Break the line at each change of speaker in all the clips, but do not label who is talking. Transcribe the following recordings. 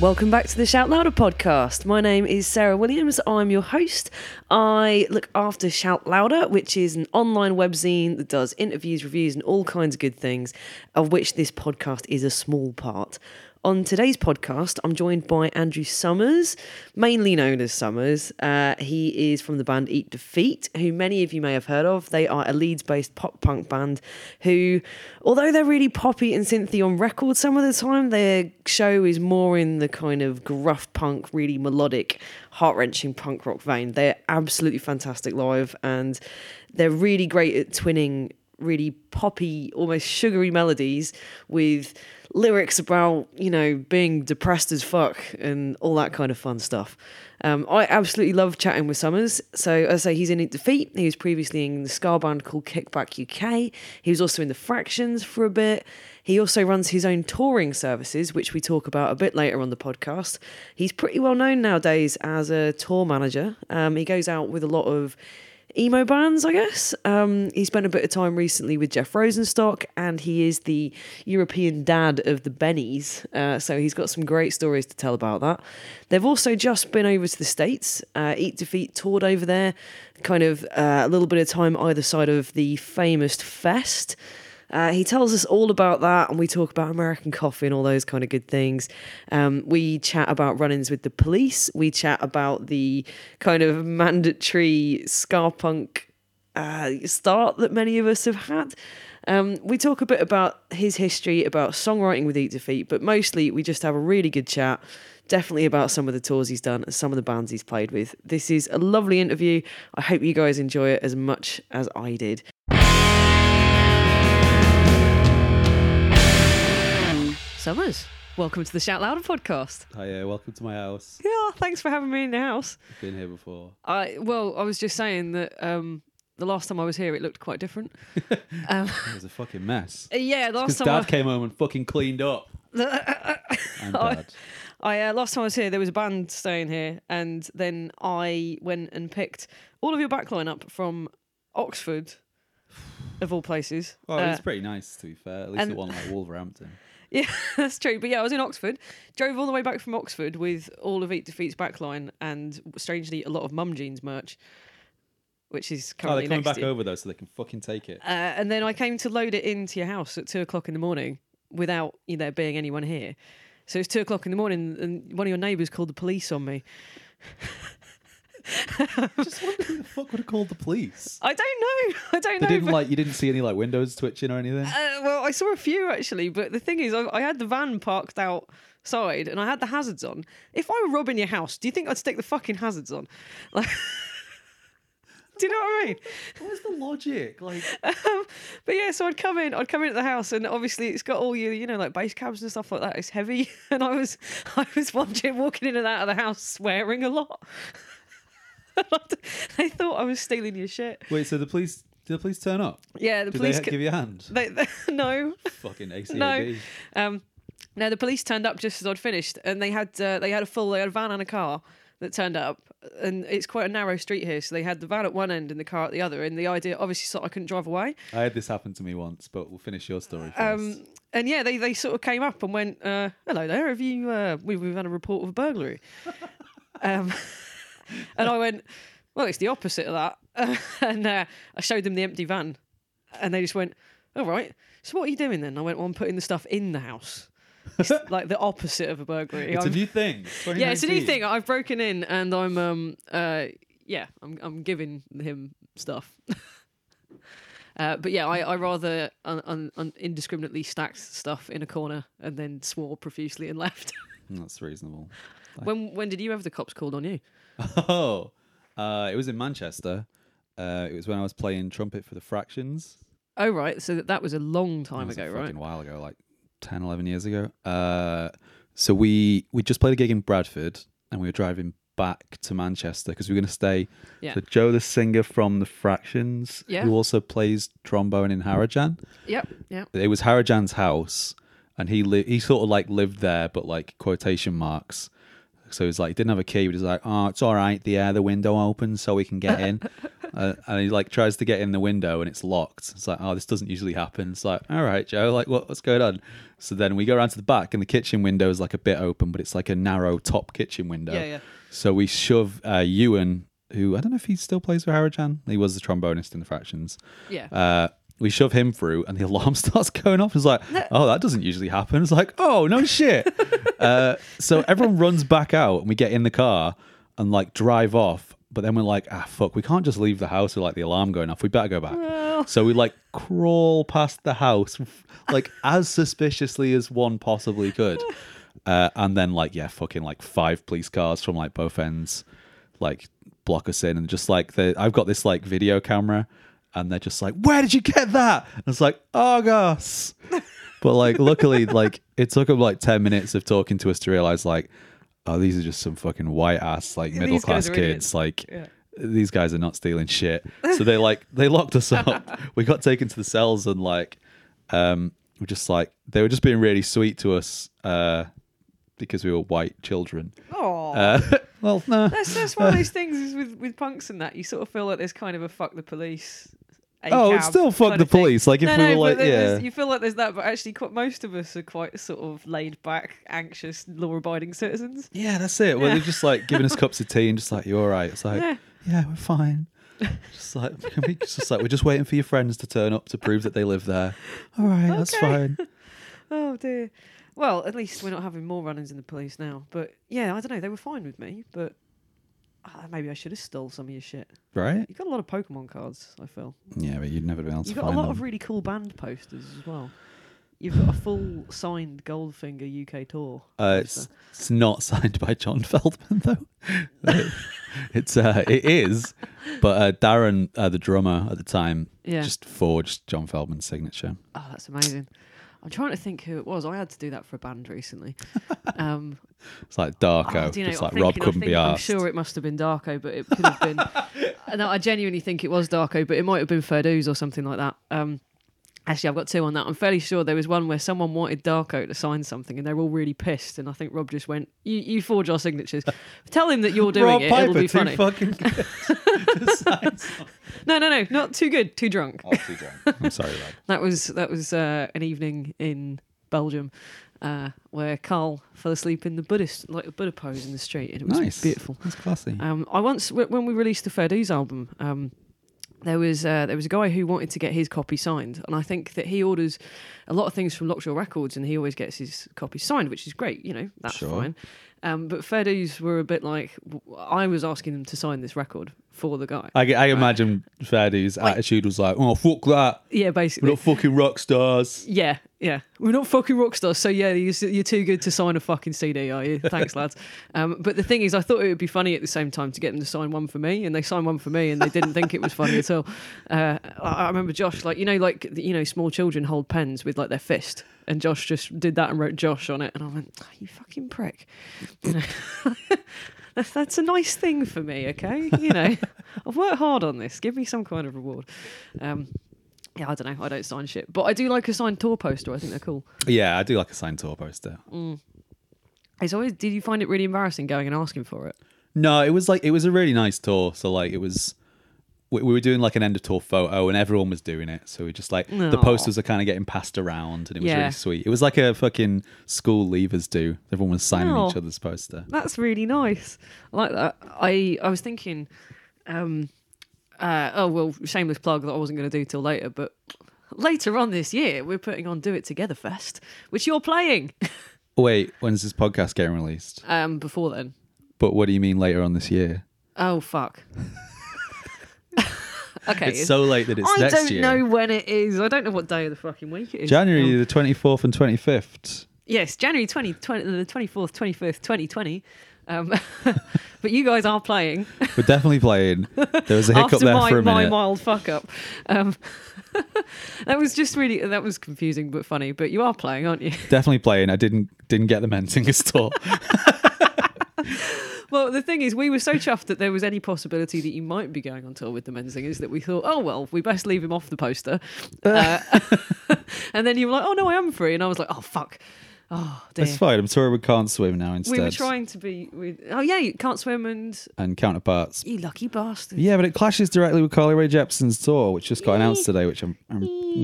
Welcome back to the Shout Louder podcast. My name is Sarah Williams. I'm your host. I look after Shout Louder, which is an online webzine that does interviews, reviews, and all kinds of good things, of which this podcast is a small part. On today's podcast, I'm joined by Andrew Summers, mainly known as Summers. Uh, he is from the band Eat Defeat, who many of you may have heard of. They are a Leeds based pop punk band who, although they're really poppy and synthy on record some of the time, their show is more in the kind of gruff punk, really melodic, heart wrenching punk rock vein. They're absolutely fantastic live and they're really great at twinning really poppy, almost sugary melodies with lyrics about, you know, being depressed as fuck and all that kind of fun stuff. Um, I absolutely love chatting with Summers. So, as I say, he's in It Defeat. He was previously in the ska band called Kickback UK. He was also in the Fractions for a bit. He also runs his own touring services, which we talk about a bit later on the podcast. He's pretty well known nowadays as a tour manager. Um, he goes out with a lot of emo bands, I guess. Um, he spent a bit of time recently with Jeff Rosenstock, and he is the European dad of the Bennies. Uh, so he's got some great stories to tell about that. They've also just been over to the States. Uh, Eat Defeat toured over there, kind of uh, a little bit of time either side of the famous fest. Uh, he tells us all about that, and we talk about American coffee and all those kind of good things. Um, we chat about run ins with the police. We chat about the kind of mandatory ska punk uh, start that many of us have had. Um, we talk a bit about his history, about songwriting with Eat Defeat, but mostly we just have a really good chat, definitely about some of the tours he's done and some of the bands he's played with. This is a lovely interview. I hope you guys enjoy it as much as I did. Summers, welcome to the Shout Louder podcast.
Hiya, Oh, welcome to my house.
Yeah, thanks for having me in the house.
Been here before.
I well, I was just saying that um, the last time I was here, it looked quite different. um,
It was a fucking mess.
uh, yeah, the last
Because
time I,
Dad came home and fucking cleaned up. I'm
I,
bad.
I, uh, last time I was here, there was a band staying here, and then I went and picked all of your back line up from Oxford, of all places.
Well,
Uh,
it's Oh, pretty nice to be fair. At least
and-
the one like Wolverhampton. Oh,
Yeah, that's true. But yeah, I was in Oxford, drove all the way back from Oxford with all of Eat Defeat's backline and strangely a lot of Mum Jeans merch, which is
Oh,
currently
they're coming
next
back
to you.
over though, so they can fucking take it.
Uh, and then I came to load it into your house at two o'clock in the morning without you know, there being anyone here. So it's two o'clock in the morning, and one of your neighbours called the police on me.
Just wonder who the fuck would have called the police.
I don't know. I don't
They
know.
didn't
but-
like you didn't see any like windows twitching or anything.
Uh, well, I saw a few actually, but the thing is, I, I had the van parked outside and I had the hazards on. If I were robbing your house, do you think I'd stick the fucking hazards on? Like, do you know what I mean?
What's the logic? Like
Um, but yeah, so I'd come in, I'd come into the house, and obviously it's got all your, you know, like bass cabs and stuff like that. It's heavy, and I was, I was watching walking in and out of the house swearing a lot. they thought I was stealing your shit.
Wait, so the police did the police turn up?
Yeah, the
Did
police.
they
ca-
give you a hand?
they, they, no,
Fucking
no.
ACAB.
Um, no, the police turned up just as I'd finished, and they had uh, they had a full they had a van and a car that turned up, and it's quite a narrow street here, so they had the van at one end and the car at the other. And the idea, obviously, so I couldn't drive away.
I had this happen to me once, but we'll finish your story first.
Um, and yeah, they, they sort of came up and went, uh, "Hello there, have you? Uh, we, we've had a report of a burglary." um, and I went, "Well, it's the opposite of that." and uh, I showed them the empty van, and they just went, "All right, so what are you doing then?" I went, "Well, I'm putting the stuff in the house." It's like the opposite of a burglary.
it's a
I'm-
new thing.
yeah, it's a new
2019.
thing. I've broken in, and I'm um uh yeah, I'm I'm giving him stuff. Uh, but yeah, I, I rather un, un, un indiscriminately stacked stuff in a corner and then swore profusely and left.
That's reasonable.
when when did you have the cops called on you?
Oh, uh, it was in Manchester. Uh, it was when I was playing trumpet for the Fractions.
Oh right, so that, that was a long
That
time
was
ago,
a
right?
fucking while ago, like 10, 11 years ago. Uh, so we we just played a gig in Bradford, and we were driving back to Manchester because we were going to stay.
Yeah.
So Joe, the singer from the Fractions,
Yeah.
who also plays trombone in Harajan,
Yep, yep.
it was Harajan's house, and he li- he sort of like lived there, but like quotation marks. So he's like, he didn't have a key, but he's like, oh, it's all right. The air, the window open, so we can get in. Uh, and he like tries to get in the window and it's locked. It's like, oh, this doesn't usually happen. It's like, all right, Joe, like what, what's going on? So then we go around to the back and the kitchen window is like a bit open, but it's like a narrow top kitchen window.
Yeah, yeah.
So we shove uh, Ewan, who I don't know if he still plays for Harajan. He was the trombonist in the fractions.
Yeah.
Uh, we shove him through, and the alarm starts going off. It's like, oh, that doesn't usually happen. It's like, oh, no shit. uh, so everyone runs back out, and we get in the car and like drive off. But then we're like, ah, fuck, we can't just leave the house with like the alarm going off. We better go back. So we like crawl past the house, like as suspiciously as one possibly could. Uh, and then like, yeah, fucking like five police cars from like both ends, like block us in and just like the I've got this like video camera and they're just like, Where did you get that? And it's like, Argos. but like luckily, like it took them like ten minutes of talking to us to realise like, oh, these are just some fucking white ass, like
These
middle
guys
class
are idiots.
kids. Like these guys are not stealing shit. So they like they locked us up. we got taken to the cells and like um we're just like they were just being really sweet to us, uh because we were white children.
Oh.
Uh, well, no.
that's that's one of those things is with, with punks and that you sort of feel like there's kind of a fuck the police. a
Oh, it's
cab
still fuck
kind
the
of thing.
police, like, if
no,
we
no,
were
but
like-
there's-
yeah.
you feel like there's that, but actually, quite, most of us are quite sort of laid back, anxious, law-abiding citizens.
Yeah, that's it. Well,
Yeah.
they're just like giving us cups of tea and just like, you're all right. It's like,
Yeah.
yeah, we're fine. Just like, can we, it's just like, we're just waiting for your friends to turn up to prove that they live there. All right, that's
Okay.
fine.
Oh dear. Well, at least we're not having more run-ins in the police now. But yeah, I don't know. They were fine with me, but ah, maybe I should have stole some of your shit.
Right?
You got a lot of Pokemon cards. I feel
Yeah, but you'd never be able to
you got a
find
lot
them.
of really cool band posters as well. You've got a full signed Goldfinger UK tour.
uh, it's, it's not signed by John Feldman, though. it's uh, It is, but uh, Darren, uh, the drummer at the time,
Yeah.
just forged John Feldman's signature.
Oh, that's amazing. I'm trying to think who it was. I had to do that for a band recently. Um,
It's like Darko.
oh, do you know,
it's
I'm
like Rob
thinking- I'm
couldn't be
thinking- I'm
asked.
sure it must have been Darko, but it could have been. no, I genuinely think it was Darko, but it might have been Ferdows or something like that. Um, actually, I've got two on that. I'm fairly sure there was one where someone wanted Darko to sign something, and they were all really pissed. And I think Rob just went, "You, you forge our signatures. Tell him that you're doing
Rob
it.
Piper,
It'll be
too
funny."
fucking good to sign something.
no, no, no, not too good, too drunk.
I'm sorry, Rob.
That was that was uh, an evening in Belgium uh, where Carl fell asleep in the Buddhist like the Buddha pose in the street, and it was
Nice.
beautiful.
That's classy.
Um, I once wh- when we released the Ferdows album, um, there was uh, there was a guy who wanted to get his copy signed, and I think that he orders a lot of things from Lockjaw Records, and he always gets his copy signed, which is great. You know, that's
Sure.
fine. Um, but Ferdows were a bit like w- I was asking them to sign this record for the guy.
I, I imagine Ferdy's attitude was like, "Oh fuck that,
yeah,
we're
basically.
not fucking rock stars."
Yeah, yeah. We're not fucking rock stars, so yeah, you're, you're too good to sign a fucking CD, are you? Thanks, lads. Um, but the thing is, I thought it would be funny at the same time to get them to sign one for me, and they signed one for me, and they didn't think it was funny at all. Uh, I, I remember Josh, like you know, like you know, small children hold pens with like their fist, and Josh just did that and wrote Josh on it, and I went, oh, "You fucking prick." You know? That's, that's a nice thing for me, okay? You know, I've worked hard on this. Give me some kind of reward. Um, yeah, I don't know. I don't sign shit, but I do like a signed tour poster. I think they're cool.
Yeah, I do like a signed tour poster.
Mm. It's always. Did you find it really embarrassing going and asking for it?
No, it was like it was a really nice tour. So like it was, we, we were doing like an end of tour photo, and everyone was doing it. So we just like the
Aw.
posters are kind of getting passed around, and it was
Yeah.
really sweet. It was like a fucking school leavers do. Everyone was signing
Aw.
each other's poster.
That's really nice. I like that. I I was thinking, um, uh, oh well, shameless plug that I wasn't going to do till later, but later on this year we're putting on Do It Together Fest, which you're playing.
Wait, when's this podcast getting released?
Um, before then,
But what do you mean later on this year?
oh fuck. okay.
It's so late that it's
I
next
don't
year.
know when it is. I don't know what day of the fucking week it is. Um,
January the twenty fourth and twenty fifth.
Yes, January 20, 20 the 24th, 25th, 2020. Um, but you guys are playing
We're definitely playing. There was a hiccup
after
there
my,
for a
my
minute.
mild fuck up. Um, that was just really, that was confusing but funny. But you are playing, aren't you?
Definitely playing. I didn't didn't get the Mentinger's tour.
Well, the thing is, we were so chuffed that there was any possibility that you might be going on tour with the Menzingers that we thought, oh, well, we best leave him off the poster. Uh, and then you were like, oh, no, I am free. And I was like, oh, fuck. Oh, dear.
It's fine. I'm sorry we can't swim now instead.
we were trying to be. We, oh, yeah, you can't swim and.
And counterparts.
You lucky bastard.
Yeah, but it clashes directly with Carly Rae Jepsen's tour, which just got announced today. Which I'm, I'm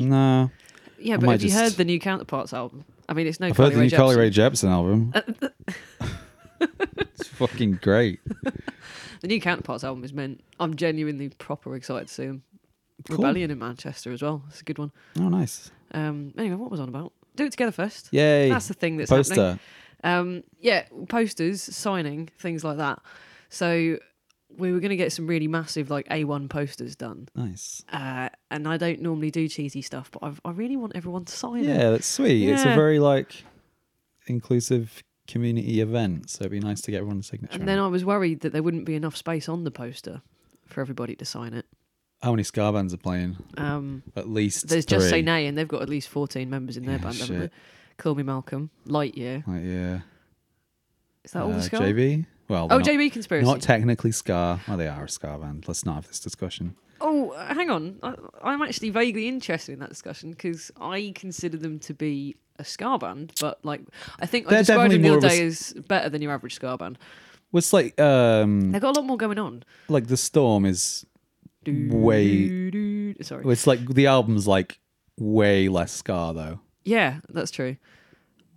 no.
Yeah,
I
but
might
have you heard
just-
the new Counterparts album? I mean, it's no
I've heard the
Carly
new
Rae
Carly
Jepsen.
Rae Jepsen album. it's fucking great.
The new Counterparts album is meant. I'm genuinely proper excited to see them.
Cool.
Rebellion in Manchester as well. It's a good one.
Oh, nice.
Um, anyway, what was on about? Do it together first.
Yay.
That's the thing that's
Poster.
happening. Um, yeah, posters, signing, things like that. So we were going to get some really massive like A1 posters done.
Nice.
Uh, and I don't normally do cheesy stuff, but I've, I really want everyone to sign it.
Yeah, that's sweet. It's a
Yeah.
very like inclusive community event, so it'd be nice to get everyone's signature.
And
on
then
it.
I was worried that there wouldn't be enough space on the poster for everybody to sign it.
How many ska bands are playing?
Um,
At least
there's just
three.
Say Nay, and they've got at least 14 members in their
Yeah,
band, haven't
shit.
they? Call Me Malcolm, Lightyear.
Like, yeah.
Is that all
Uh,
the scar?
JB. Well,
Oh,
they're not-
JB Conspiracy.
Not technically ska. Well, they are a ska band. Let's not have this discussion.
Oh, uh, hang on. I, I'm actually vaguely interested in that discussion because I consider them to be a ska band, but like I think I
They're
described
definitely
them the
more
other
of a
day as better than your average ska band.
It's like um,
They've got a lot more going on.
like the storm is
Do,
Way-
do, do. Sorry.
It's like the album's like way less ska though.
Yeah, that's true.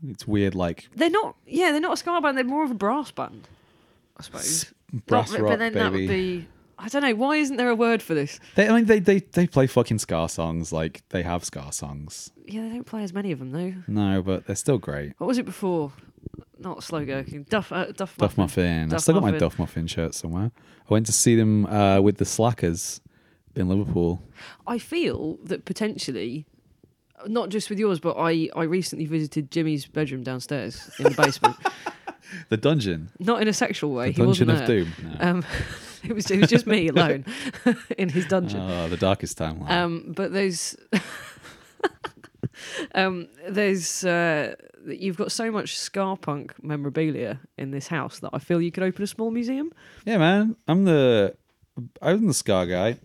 It's weird, like
They're not. Yeah, they're not a ska band. They're more of a brass band, I suppose.
brass
Not-
rock,
but then
baby.
that would be. I don't know. Why isn't there a word for this?
They, I mean, they, they they play fucking ska songs. Like they have ska songs.
Yeah, they don't play as many of them though.
No, but they're still great.
What was it before? Not slow gherkin. Duff. Uh, Duff.
Duff Muffin. I've
Duff
still got my
Muffin.
Duff Muffin shirt somewhere. I went to see them uh, with the Slackers in Liverpool.
I feel that potentially, not just with yours, but I, I recently visited Jimmy's bedroom downstairs in the basement.
The dungeon.
not in a sexual way.
The
he wasn't
dungeon of
there.
doom. No.
Um, it was it was just me alone in his dungeon.
Oh, the darkest timeline.
Um, but there's um, there's uh, you've got so much ska punk memorabilia in this house that I feel you could open a small museum.
yeah, man. I'm the I'm the ska guy.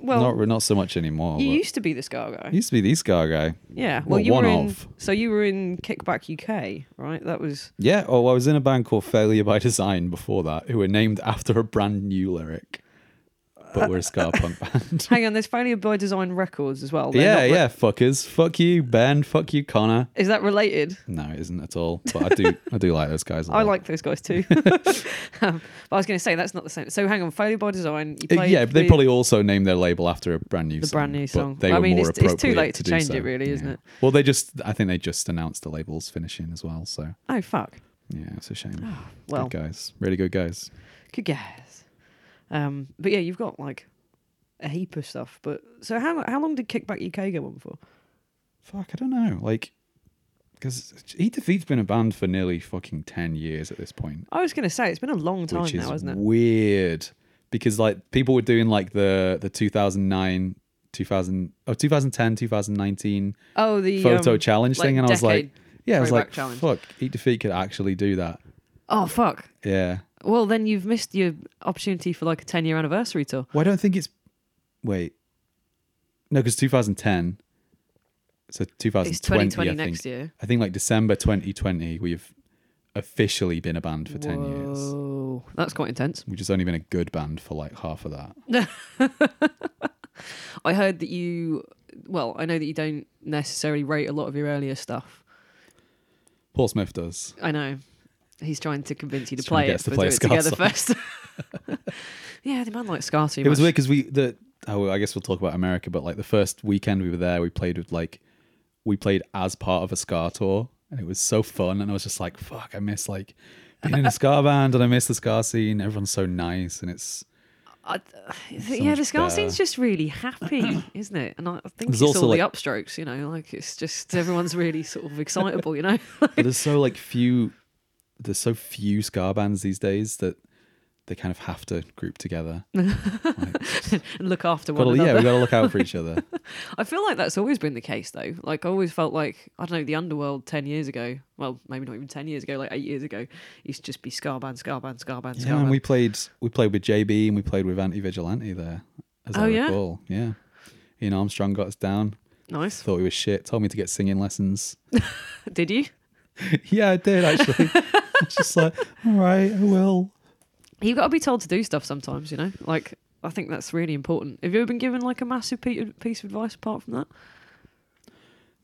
Well,
not not so much anymore.
you
but-
used to be the ska guy.
I used to be the ska guy.
Yeah.
Well,
Well, you
one
were in,
of.
so you were in Kickback UK, right? That was
Yeah, oh, I was in a band called Failure by Design before that, who were named after a brand new lyric, but we're a ska punk band.
Hang on, there's Failure by Design Records as well. They're
yeah,
not re-
yeah, fuckers. Fuck you, Ben. Fuck you, Connor.
Is that related?
No, it isn't at all. But I do, I do like those guys. a
I
lot.
like those guys too. um, but I was going to say that's not the same. So hang on, Failure by Design. You
Uh,
played
yeah, but they
with-
probably also named their label after a brand new
The
song.
brand new
but
song.
They
I
were
mean,
more
it's- it's too
appropriate
late to
do
change
so.
it really, isn't it?
Well, they just, I think they just announced the label's finishing as well. So
Oh fuck.
yeah, it's a shame.
Ah, Well,
good guys, really good guys.
good guess. Um, but yeah, you've got like a heap of stuff. But so how how long did Kickback UK go on for?
Fuck, I don't know. Like, because Eat Defeat's been a band for nearly fucking 10 years at this point,
I was going to say it's been a long time
which is
now, hasn't it?
weird. Because, like, people were doing, like, the, the 2009, 2000, oh, 2010, 2019
Oh, the
photo
um,
challenge thing.
like,
And I was like,
decade
yeah, I was
throwback
like,
challenge.
fuck, Eat Defeat could actually do that.
Oh fuck.
Yeah.
Well, then you've missed your opportunity for like a ten year anniversary tour.
Well, I don't think it's. Wait. No, because 2010. So 2020,
It's 2020
I think.
next year.
I think like December 2020, we've officially been a band for 10 years.
Whoa, that's quite intense.
We've just only been a good band for like half of that.
I heard that you, well, I know that you don't necessarily rate a lot of your earlier stuff.
Paul Smith does.
I know. He's trying to convince you to
He's trying to
play
get
it,
us to
but
play
do it together
Scar song.
first. yeah, the man likes Scar too
It was
much.
weird because we, the, oh, I guess we'll talk about America, but like the first weekend we were there, we played with like, we played as part of a ska tour and it was so fun. And I was just like, fuck, I miss like being in a ska band and I miss the ska scene. Everyone's so nice and it's,
I,
so
yeah,
much
the Scar
better.
scene's just really happy, isn't it? And I I think it's
There's also,
all
like-
the upstrokes, you know, like it's just everyone's really sort of excitable, you know?
but there's so like few there's so few ska bands these days that they kind of have to group together
and look after one
Gotta-
another.
yeah we gotta look out for each other
I feel like that's always been the case, though. Like, I always felt like, I don't know, the underworld 10 years ago, well, maybe not even 10 years ago, like eight years ago, used to just be Scar Band, Scar Band, Scar Band, Scar
yeah and
Band.
we played we played with jb and we played with anti-vigilante there as i
Oh, yeah?
recall yeah ian armstrong got us down
Nice.
thought we were shit told me to get singing lessons
Did you?
yeah, I did actually. It's just like, all right, I will.
You've got to be told to do stuff sometimes, you know? Like, I think that's really important. Have you ever been given like a massive pe- piece of advice apart from that?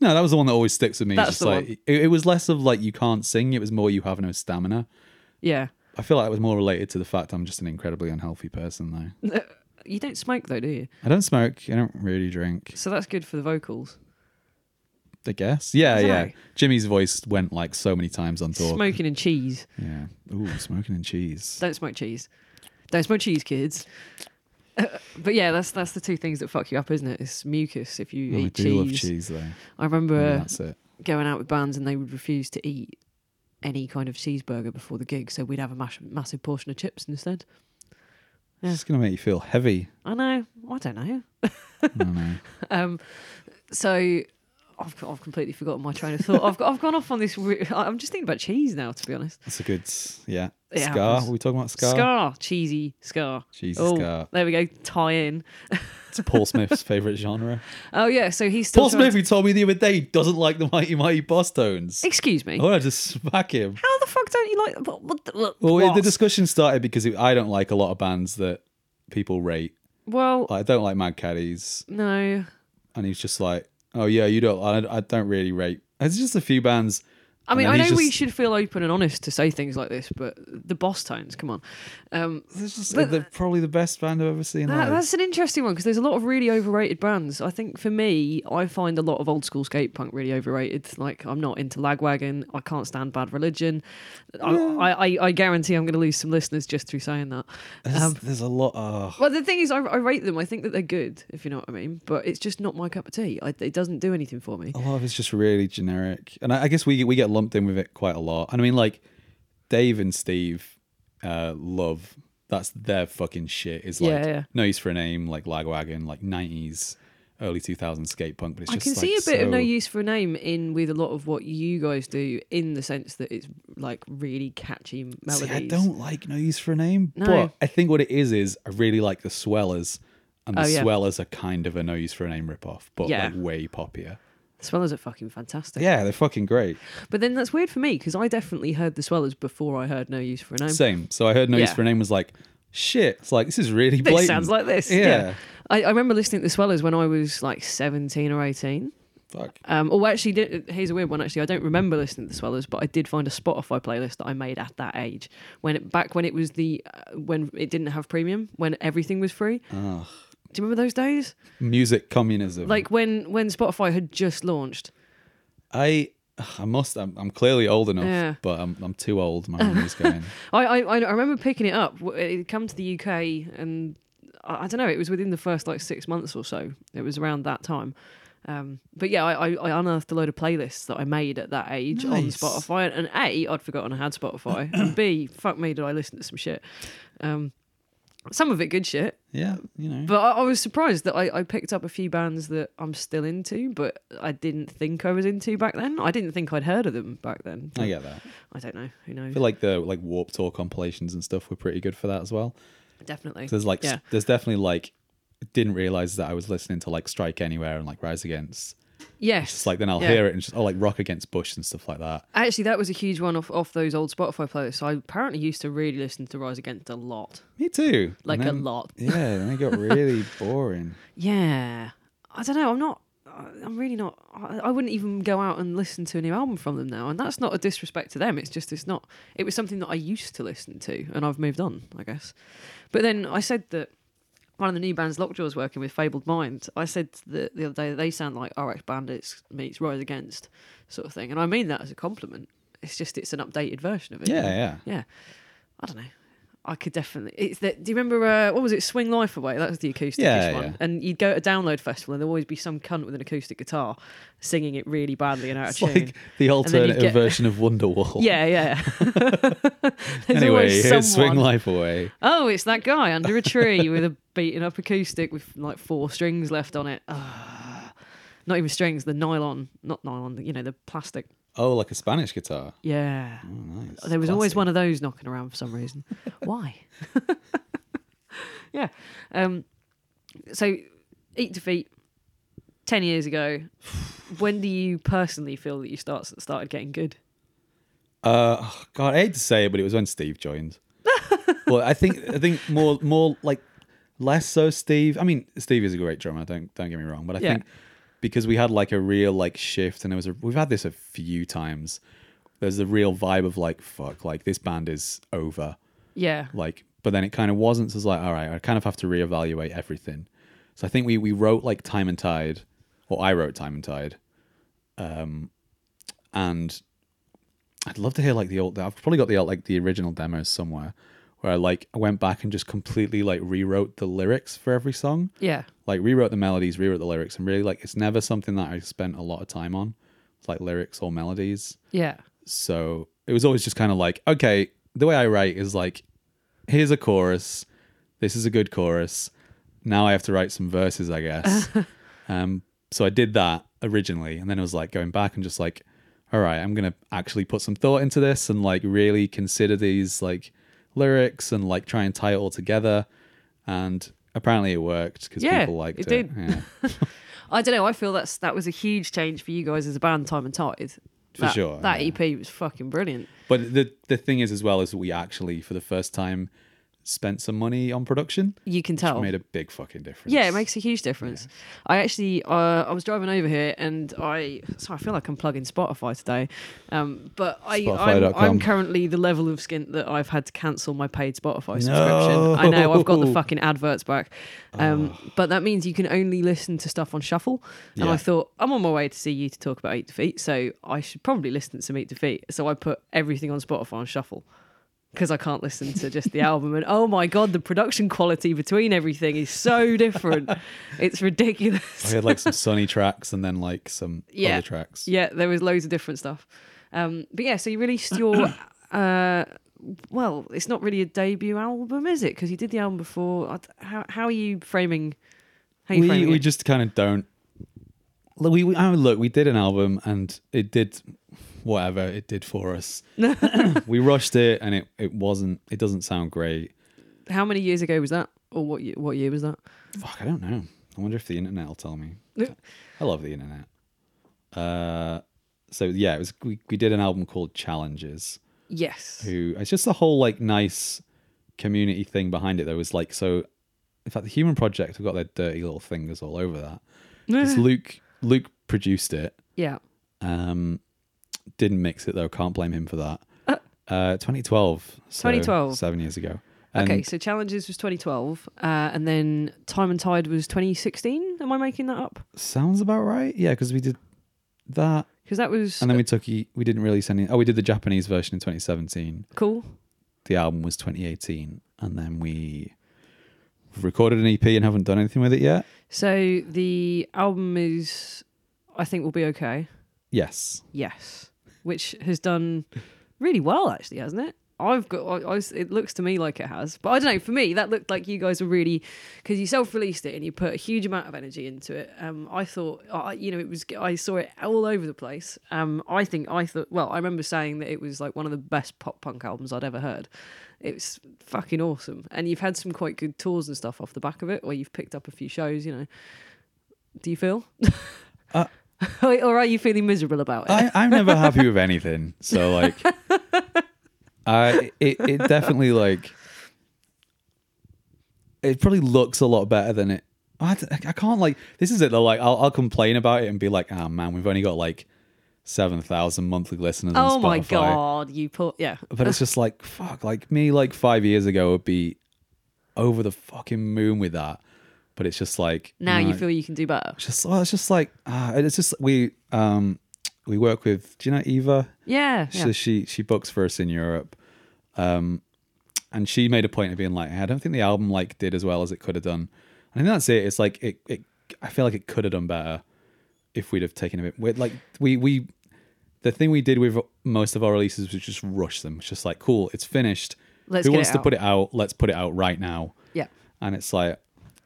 No, that was the one that always sticks with me. It's
That's
just
the
like
one.
It, it was less of like you can't sing. It was more you have no stamina.
Yeah.
I feel like it was more related to the fact I'm just an incredibly unhealthy person, though.
You don't smoke though, do you?
I don't smoke. I don't really drink.
So that's good for the vocals.
I guess. Yeah,
Dunno.
yeah. Jimmy's voice went like so many times on tour.
Smoking and cheese.
Yeah. Ooh, smoking and cheese.
Don't smoke cheese. Don't smoke cheese, kids. but yeah, that's that's the two things that fuck you up, isn't it? It's mucus if you
Oh, I
eat
do
cheese. Uh,
love cheese though.
I remember
Maybe that's it.
going out with bands and they would refuse to eat any kind of cheeseburger before the gig, so we'd have a mash- massive portion of chips instead. yeah.
It's just gonna make you feel heavy.
I know. I don't know.
I don't know.
Um, so. I've, I've completely forgotten my train of thought. I've, I've gone off on this. Re- I- I'm just thinking about cheese now, to be honest.
That's a good. s- Yeah.
It
scar.
happens.
Are we talking about scar?
Scar, cheesy scar.
Cheesy
oh,
scar.
there we go. Tie in.
It's Paul Smith's favorite genre.
Oh yeah, so he's still.
Paul
trying
Smith, who told me the other day, he doesn't like the Mighty Mighty Boss Tones.
to- Excuse me.
I want to just smack him.
How the fuck don't you like? What? what, the- what
Well,
what?
Oh, the discussion started because it- I don't like a lot of bands that people rate.
well,
Like, I don't like Mad Caddies,
no.
and he's just like, "Oh yeah, you don't. I, I don't really rate." It's just a few bands.
I mean,
then
I know
he's
we
just-
should feel open and honest to say things like this, but the boss tones, come on. Um,
It's just they're probably the best band I've ever seen.
that,
live.
that's an interesting one because there's a lot of really overrated bands. I think for me, I find a lot of old school skate punk really overrated. Like, I'm not into Lagwagon. I can't stand Bad Religion. I, I, I, I guarantee I'm going to lose some listeners just through saying that.
There's, there's a lot. Oh,
Well, the thing is, I, I rate them. I think that they're good, if you know what I mean. But it's just not my cup of tea. I, it doesn't do anything for me.
a lot of it's just really generic, and I, I guess we we get lumped in with it quite a lot. And I mean, like Dave and Steve, uh, love. That's their fucking shit. Is like
Yeah, yeah.
no use for a name, like Lagwagon, like nineties, early 2000s skate punk. But it's
I
just
can
like,
see a bit of no
so-
use for a name in with a lot of what you guys do, in the sense that it's like really catchy melodies.
See, I don't like No Use for a Name,
No.
but I think what it is is I really like the Swellers, and the
Oh, yeah.
Swellers are kind of a No Use for a Name ripoff, but
Yeah.
like way poppier.
The Swellers are fucking fantastic.
Yeah, they're fucking great.
But then that's weird for me because I definitely heard the Swellers before I heard No Use for a Name.
Same. So I heard No Use
Yeah.
for a Name was like, shit. It's like this is really
this
blatant.
sounds like this.
Yeah.
Yeah. I, I remember listening to the Swellers when I was like 17 or 18.
Fuck.
Um, or actually, did, here's a weird one. Actually, I don't remember listening to the Swellers, but I did find a Spotify playlist that I made at that age. When it, back when it was the uh, when it didn't have premium, when everything was free.
Ugh.
Do you remember those days?
Music communism.
Like when when Spotify had just launched.
I. I must. I'm, I'm clearly old enough,
Yeah.
but I'm, I'm too old. My memory's going.
I I, I remember picking it up. W- It had come to the UK, and I, I don't know. It was within the first like six months or so. It was around that time. Um, but yeah, I, I, I unearthed a load of playlists that I made at that age on
Nice.
Spotify. And A, I'd forgotten I had Spotify. and B, fuck me, did I listen to some shit. Um, some of it good shit,
Yeah, you know.
but I, I was surprised that I, I picked up a few bands that I'm still into, but I didn't think I was into back then. I didn't think I'd heard of them back then.
I get that.
I don't know. Who knows?
I feel like the like Warp Tour compilations and stuff were pretty good for that as well.
Definitely.
there's like
Yeah.
there's definitely like didn't realize that I was listening to like Strike Anywhere and like Rise Against.
Yes.
It's like then I'll
Yeah.
hear it and just oh like Rock Against Bush and stuff like that.
Actually, that was a huge one off, off those old Spotify playlists. I apparently used to really listen to Rise Against a lot.
Me too.
Like
And
a
then-
lot.
Yeah, and then it got really boring.
Yeah. I don't know. I'm not. I- I'm really not. I I wouldn't even go out and listen to a new album from them now, and that's not a disrespect to them. It's just it's not. It was something that I used to listen to, and I've moved on, I guess. But then I said that one of the new bands Lockjaw's working with Fabled Mind. I said that the other day that they sound like RX Bandits meets Rise Against sort of thing, and I mean that as a compliment. It's just it's an updated version of it.
Yeah, yeah.
Yeah. I don't know. I could definitely. It's that. Do you remember uh, what was it? Swing Life Away. That was the acoustic
Yeah,
one.
yeah.
And you'd go to a download festival, and there'd always be some cunt with an acoustic guitar singing it really badly and out
It's
of tune.
like the alternative
get-
version of Wonderwall.
yeah, yeah. There's
Anyway,
always
here's
someone.
Swing Life Away.
Oh, it's that guy under a tree with a beaten up acoustic with like four strings left on it. Ah. Not even strings. The nylon, not nylon. You know, the plastic.
Oh, like a Spanish guitar.
Yeah.
Oh, nice.
There was always
Classy.
one of those knocking around for some reason. Why? yeah. Um, so, Eat Defeat, 10 years ago. When do you personally feel that you start started getting good?
Uh, oh, God, I hate to say it, but it was when Steve joined. well, I think I think more more like less so Steve. I mean, Steve is a great drummer. Don't don't get me wrong, but I
Yeah.
think because we had like a real like shift, and there was a we've had this a few times. There's the real vibe of like fuck, like this band is over.
Yeah.
like but then it kind of wasn't so it's like all right i kind of have to reevaluate everything so i think we we wrote like time and tide or i wrote time and tide um and i'd love to hear like the old i've probably got the old, like the original demos somewhere where i like i went back and just completely like rewrote the lyrics for every song
Yeah.
like rewrote the melodies rewrote the lyrics and really like it's never something that i spent a lot of time on it's like lyrics or melodies
Yeah.
so it was always just kind of like, okay, the way I write is like, here's a chorus. This is a good chorus. Now I have to write some verses, I guess. um, so I did that originally. And then it was like going back and just like, all right, I'm going to actually put some thought into this and like really consider these like lyrics and like try and tie it all together. And apparently it worked because
Yeah,
people liked it.
it did.
Yeah,
I don't know. I feel that's that was a huge change for you guys as a band, Time and Tide.
for
that,
sure.
That
yeah.
EP was fucking brilliant.
But the the thing is, as well, is we actually for the first time spent some money on production.
You can tell.
Made a big fucking difference.
Oh. Yeah, it makes a huge difference. I actually, uh, I was driving over here, and I, so I feel like I'm plugging Spotify today, um, but I, I'm,
Spotify.com.
I'm currently the level of skin that I've had to cancel my paid Spotify
No.
subscription. I know I've got the fucking adverts back, um, but that means you can only listen to stuff on shuffle. And
Ah. Yeah.
I thought I'm on my way to see you to talk about Eight Defeat, so I should probably listen to some Eight Defeat. So I put everything on Spotify on shuffle because I can't listen to just the album. And oh my god, the production quality between everything is so different. it's
I
ridiculous.
had like some sunny tracks and then like some
Yeah.
other tracks.
Yeah, there was loads of different stuff. Um, but yeah, so you released your. Uh, well, it's not really a debut album, is it? Because you did the album before. I d- How, how are you framing? How are you
we
framing
we
it?
just kind of don't. Look, we, we I mean, look, we did an album and it did whatever it did for us. we rushed it and it it wasn't. It doesn't sound great.
How many years ago was that, or what? Year, what year was that?
Fuck, I don't know. I wonder if the internet will tell me. I love the internet. Uh, so yeah, it was we, we did an album called Challenges.
Yes.
Who it's just the whole like nice community thing behind it. There was like so. In fact, the Human Project have got their dirty little fingers all over that. 'Cause Luke Luke produced it.
Yeah.
Um, didn't mix it though. Can't blame him for that. Uh, 2012. so
2012.
Seven years ago. And
Okay, so challenges was 2012, uh, and then Time and Tide was 2016. Am I making that up?
Sounds about right. Yeah, because we did that,
Because that was
and then we took. e- We didn't release any. Oh, we did the Japanese version in 2017.
cool.
the album was 2018 and then we recorded an ep and haven't done anything with it yet
So the album is, I think, will be okay.
yes
Yes, which has done really well actually, hasn't it? I've got. I, I was- it looks to me like it has, but I don't know. For me, that looked like you guys were really because you self-released it and you put a huge amount of energy into it. Um, I thought, I you know, it was. I saw it all over the place. Um, I think I thought. Well, I remember saying that it was like one of the best pop punk albums I'd ever heard. It was fucking awesome, and you've had some quite good tours and stuff off the back of it, or you've picked up a few shows. You know, do you feel?
Uh,
or are you feeling miserable about it?
I, i'm never happy with anything so like i it, it definitely like it probably looks a lot better than it I, d- I can't like this is it though like I'll, I'll complain about it and be like oh man we've only got like 7000 monthly listeners on
Oh my
Spotify."
god, you put yeah.
but it's just like fuck like me like five years ago would be over the fucking moon with that but it's just like
Now you
no,
feel you can do better.
it's just well, it's just like ah, it's just we um we work with do you know eva
Yeah.
so she she books for us in europe um and she made a point of being like i don't think the album like did as well as it could have done and i think that's it it's like it, it i feel like it could have done better if we'd have taken a bit we're, like we we the thing we did with most of our releases was just rush them it's just like cool it's finished
Let's
who
get
wants
it
to
out.
put it out let's put it out right now
yeah.
and it's like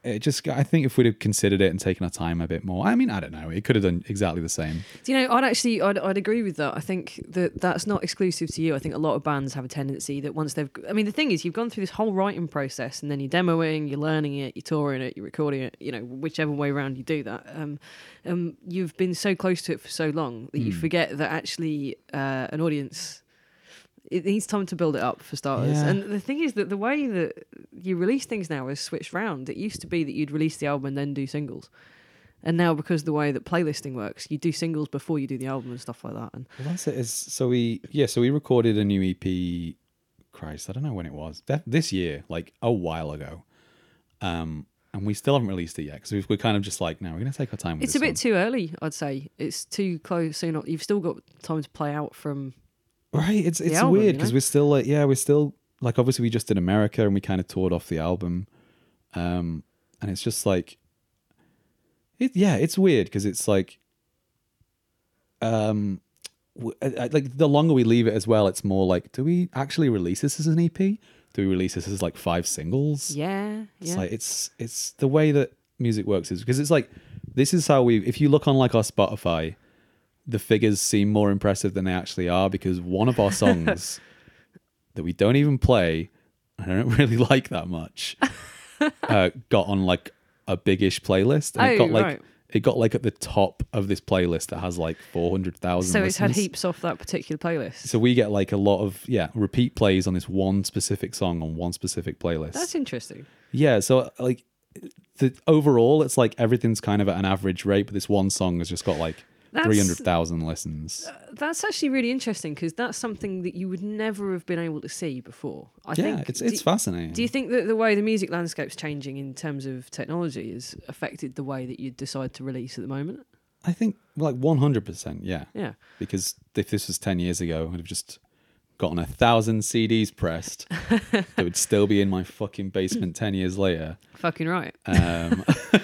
it just i think if we'd have considered it and taken our time a bit more i mean i don't know it could have done exactly the same
Do you know, I'd actually, I'd, I'd agree with that. I think that that's not exclusive to you. I think a lot of bands have a tendency that once they've, I mean, the thing is, you've gone through this whole writing process and then you're demoing, you're learning it, you're touring it, you're recording it, you know, whichever way around you do that. Um, um, you've been so close to it for so long that you forget that actually uh, an audience it needs time to build it up for starters.
Yeah.
And the thing is that the way that you release things now is switched round. It used to be that you'd release the album and then do singles. And now because of the way that playlisting works, you do singles before you do the album and stuff like that. And
Well, that's it. Is so we yeah. So we recorded a new EP. Christ, I don't know when it was. That this year, like a while ago. Um, and we still haven't released it yet because we're kind of just like, no, we're gonna take our time. With
it's a
this
bit too early, I'd say. It's too close. So you're not, you've still got time to play out from.
one. right. It's it's
album,
weird
you
because
know?
we're still like, yeah, we're still like obviously we just did America and we kind of toured off the album. Um, and it's just like, it yeah, it's weird because it's like, um. w- I- I- Like the longer we leave it as well, it's more like, do we actually release this as an EP? Do we release this as like five singles?
Yeah.
It's
Yeah.
like it's it's the way that music works is because it's like this is how we if you look on like our Spotify, the figures seem more impressive than they actually are because one of our songs that we don't even play, I don't really like that much, uh, got on like a big-ish playlist. And it
Oh,
got like
right.
it got like at the top of this playlist that has like four hundred thousand.
so it's had heaps off that particular playlist.
So we get like a lot of yeah repeat plays on this one specific song on one specific playlist.
That's interesting.
Yeah, so uh, like the overall, it's like everything's kind of at an average rate, but this one song has just got like
That's- uh,
three hundred thousand listens.
That's actually really interesting because that's something that you would never have been able to see before. I
yeah,
think
it's
do-
it's fascinating.
Do you think that the way the music landscape's changing in terms of technology has affected the way that you decide to release at the moment?
I think like one hundred percent. Yeah,
Yeah.
because if this was ten years ago, I'd have just gotten a thousand CDs pressed that would still be in my fucking basement ten years later.
Fucking right.
Um,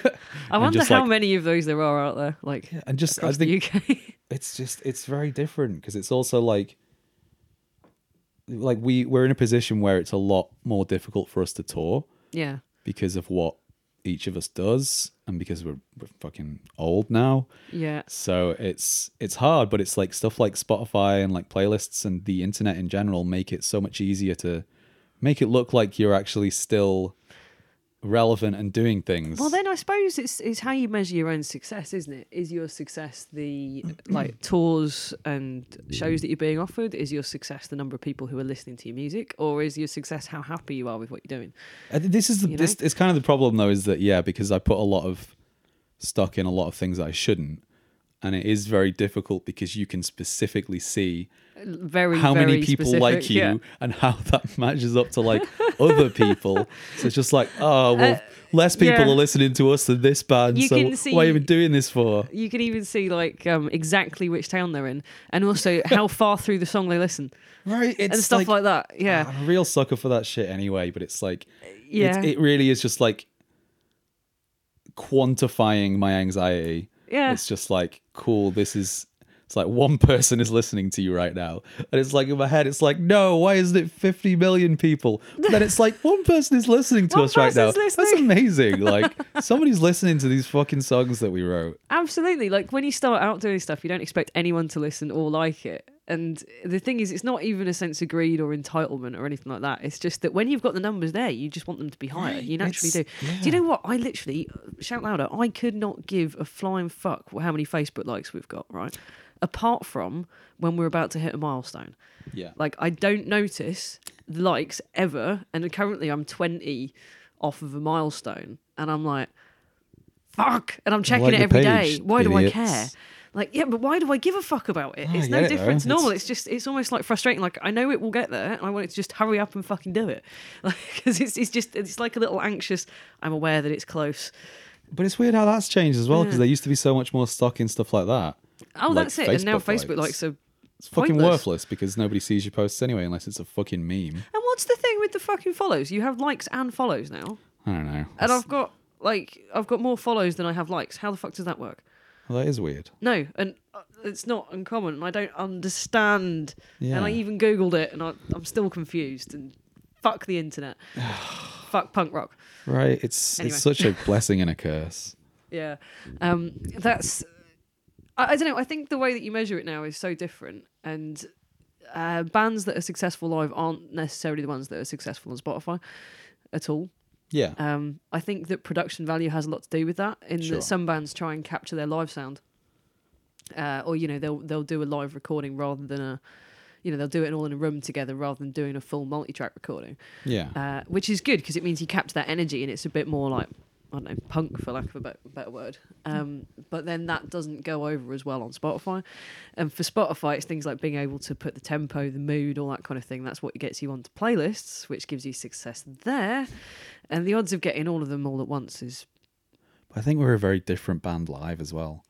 I wonder
just
how
like-
many of those there are out there, like
and just I
across
think
the UK.
it's just it's very different because it's also like like we we're in a position where it's a lot more difficult for us to tour
yeah.
because of what each of us does and because we're, we're fucking old now
Yeah.
so it's it's hard but it's like stuff like spotify and like playlists and the internet in general make it so much easier to make it look like you're actually still relevant and doing things
Well, then I suppose it's it's how you measure your own success, isn't it? Is your success the like tours and shows that you're being offered? Is your success the number of people who are listening to your music, or is your success how happy you are with what you're doing?
I think this is the,
You
this is kind of the problem though is that yeah because I put a lot of stock in a lot of things that I shouldn't and it is very difficult because you can specifically see
Very,
how
very
many people
specific,
like you
yeah.
and how that matches up to like other people so it's just like oh well
Uh,
less people
yeah.
are listening to us than this band
You
so
can
why are you
see-
even doing this for
You can even see like um, exactly which town they're in, and also how far through the song they listen
right it's ah,
and stuff like, that. Yeah,
I'm a real sucker for that shit anyway but it's like
yeah,
it, it really is just like quantifying my anxiety
yeah.
It's just like, cool, this is it's like one person is listening to you right now. And it's like in my head, it's like, no, why isn't it 50 million people? But then it's like one person is listening to
One
us right now.
person's
That's
listening.
amazing. Like somebody's listening to these fucking songs that we wrote.
Absolutely. Like when you start out doing stuff, you don't expect anyone to listen or like it. And the thing is, it's not even a sense of greed or entitlement or anything like that. It's just that when you've got the numbers there, you just want them to be higher. You naturally do.
It's-
Do you know what? I literally, shout louder, I could not give a flying fuck how many Facebook likes we've got, right? Apart from when we're about to hit a milestone.
Yeah.
Like I don't notice the likes ever, and currently I'm 20 off of a milestone, and I'm like, fuck, and I'm checking
Like
it
the
every day.
page,
Why do I
idiots.
care? Like, yeah, but why do I give a fuck about it?
I
it's
get
no
it, though.
different to
It's-
normal. It's just, it's almost like frustrating. Like, I know it will get there, and I want it to just hurry up and fucking do it. Like, because it's, it's just, it's like a little anxious. I'm aware that it's close.
But it's weird how that's changed as well, because there used to be so much more stock in stuff like that.
Oh,
Like
that's it. and now
Facebook
Facebook likes
likes.
are
It's fucking
Pointless.
worthless because nobody sees your posts anyway unless it's a fucking meme.
And what's the thing with the fucking follows? You have likes and follows now,
I don't know.
and I've got like, I've got more follows than I have likes. How the fuck does that work?
Well, that is weird.
No, and uh, it's not uncommon. And I don't understand. And I
Yeah.
even googled it, and I, I'm still confused. And fuck the internet. fuck punk rock.
Right. It's
Anyway.
it's such a blessing and a curse.
Yeah, um, that's. I, I don't know. I think the way that you measure it now is so different, and uh, bands that are successful live aren't necessarily the ones that are successful on Spotify at all.
Yeah.
Um, I think that production value has a lot to do with that, in
Sure.
that some bands try and capture their live sound, uh, or you know they'll they'll do a live recording rather than a you know they'll do it all in a room together rather than doing a full multi-track recording
Yeah.
uh, which is good because it means he captured that energy and it's a bit more like I don't know punk for lack of a bet- better word. Um, but then that doesn't go over as well on Spotify, and for Spotify it's things like being able to put the tempo, the mood, all that kind of thing. That's what gets you onto playlists, which gives you success there, and the odds of getting all of them all at once is.
I think we're a very different band live as well.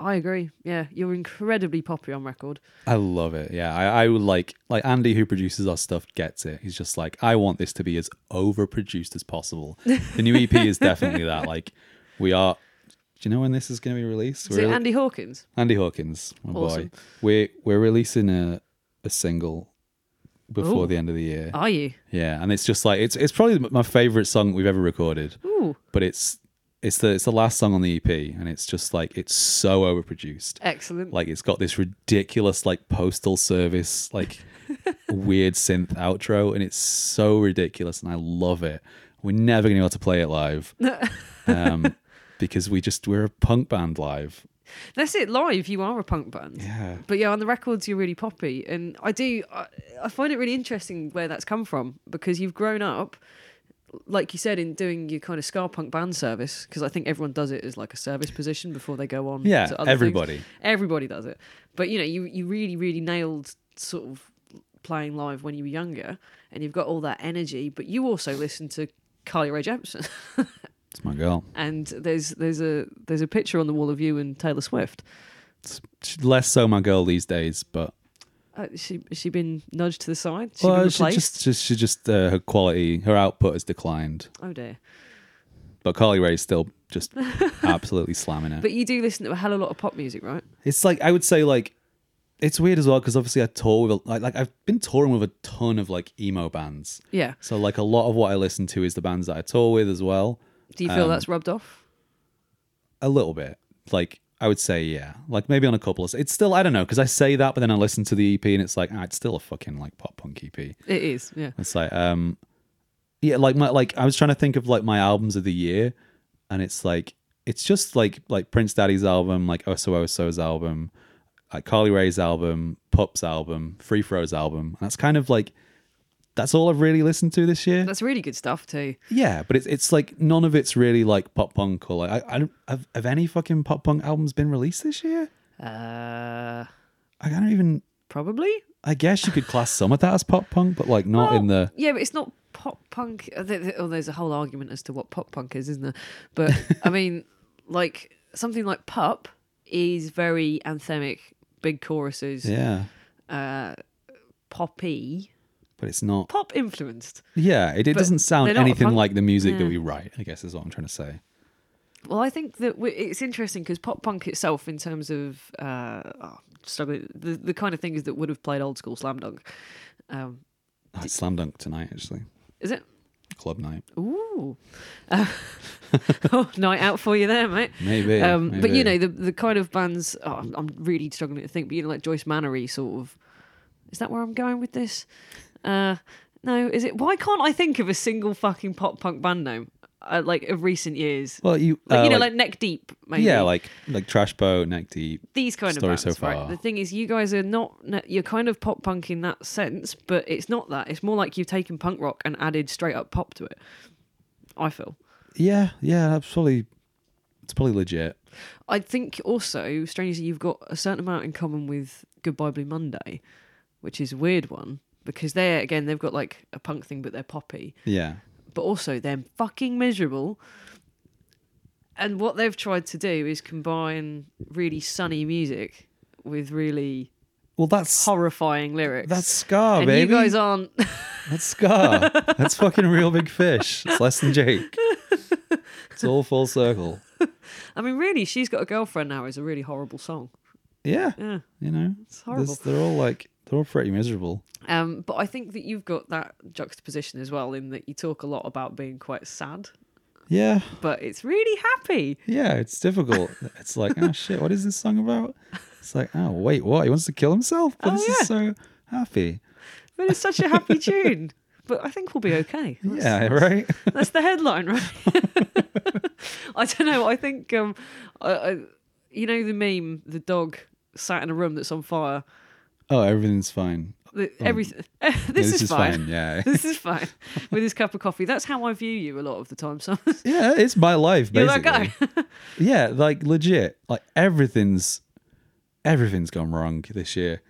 I agree. Yeah, you're incredibly poppy on record.
I love it. Yeah, I, I would like like Andy who produces our stuff gets it. He's just like, I want this to be as overproduced as possible. The new EP is definitely that. Like, we are. Do you know when this is going to be released?
Is
We're-
it Andy Hawkins?
Andy Hawkins, my
Awesome.
boy. We're we're releasing a a single before
Ooh. Oh.
the end of the year.
Are you?
Yeah, and it's just like it's it's probably my favorite song we've ever recorded.
Ooh,
But it's it's the it's the last song on the EP, and it's just like it's so overproduced.
excellent.
Like it's got this ridiculous like postal service like weird synth outro, and it's so ridiculous, and I love it. We're never gonna be able to play it live, um, because we just we're a punk band live.
That's it. Live, you are a punk band.
Yeah.
But yeah, on the records, you're really poppy, and I do. I, I find it really interesting where that's come from because you've grown up, like you said, in doing your kind of ska punk band service. Because I think everyone does it as like a service position before they go on.
Yeah,
to other
everybody.
things. everybody does it. But you know, you you really really nailed sort of playing live when you were younger, and you've got all that energy. But you also listen to Carly Rae Jepsen,
It's my girl.
and there's there's a there's a picture on the wall of you and Taylor Swift.
It's less so my girl these days, but
Uh, she has she been nudged to the side? She been
well, she
replaced?
just, just she just uh, her quality, her output has declined.
Oh dear.
But Carly Rae's still just absolutely slamming it.
But you do listen to a hell of a lot of pop music, right?
it's like I would say like it's weird as well because obviously I tour with a, like like I've been touring with a ton of like emo bands.
Yeah.
So like a lot of what I listen to is the bands that I tour with as well.
Do you feel
Um,
that's rubbed off?
A little bit. Like I would say yeah. Like maybe on a couple of it's still I don't know because I say that but then I listen to the EP and it's like ah, it's still a fucking like pop punk E EP.
It is. Yeah.
It's like um yeah, like my like I was trying to think of like my albums of the year and it's like it's just like like Prince Daddy's album, like Oso Oso's album, like Carly Rae's album, Pup's album, Free Throw's album. And that's kind of like that's all I've really listened to this year.
That's really good stuff too.
yeah, but it's it's like none of it's really like pop punk or like I, I don't have, have any fucking pop punk albums been released this year?
Uh,
Like, I don't even
probably.
I guess you could class some of that as pop punk, but like not in the
Yeah, but it's not pop punk. uh, th- th- Oh, there's a whole argument as to what pop punk is, isn't there? But I mean, like something like Pup is very anthemic, big choruses,
yeah.
uh, poppy,
But it's not
pop influenced.
Yeah, it, it
But
doesn't sound
they're not a
anything
punk-
like the music that
Yeah.
we write. I guess is what I'm trying to say.
Well, I think that we- it's interesting because pop punk itself, in terms of uh, oh, struggling, the, the kind of things that would have played old school slam dunk, um,
Oh, it's slam dunk tonight, actually,
is it?
club night,
Ooh, uh, night out for you there, mate.
maybe.
Um, But you
maybe.
know the the kind of bands oh, I'm, I'm really struggling to think. But you know, like Joyce Mannery, sort of. Is that where I'm going with this? Uh, no, is it? Why can't I think of a single fucking pop punk band name uh, like of recent years?
well, you,
Like,
uh,
you know, like, Neck Deep, maybe.
yeah, like like trash boat, neck deep.
these kind
Story
of
so
bands, right?
far.
The thing is, you guys are not you're kind of pop punk in that sense, but it's not that. It's more like you've taken punk rock and added straight up pop to it. I feel.
Yeah, yeah, that's probably it's probably legit.
I think also, strangely, you've got a certain amount in common with Goodbye Blue Monday, which is a weird one because they again they've got like a punk thing, but they're poppy.
Yeah,
but also they're fucking miserable. And what they've tried to do is combine really sunny music with really
well, that's
horrifying lyrics.
that's scar,
and
baby.
you guys aren't.
That's scar. that's fucking real big fish. It's less than Jake. It's all full circle.
I mean, really, she's got a girlfriend now. Is a really horrible song.
Yeah,
Yeah.
you know, it's
horrible.
They're all like they're all pretty miserable.
Um, but I think that you've got that juxtaposition as well, in that you talk a lot about being quite sad,
Yeah,
but it's really happy.
Yeah, it's difficult. It's like, oh shit, what is this song about? It's like, oh wait, what? He wants to kill himself? But
Oh,
this
yeah.
is so happy.
But it's such a happy tune. But I think we'll be okay. That's-
yeah, right.
That's the headline, right? I don't know. I think um, I, I, you know the meme, the dog sat in a room that's on fire.
oh, everything's fine.
The, everything. this,
this
is,
is
fine.
fine, yeah.
this is fine. With his cup of coffee. That's how I view you a lot of the time. So
Yeah, it's my life.
you're that
basically.
guy.
Yeah, like legit. Like everything's everything's gone wrong this year.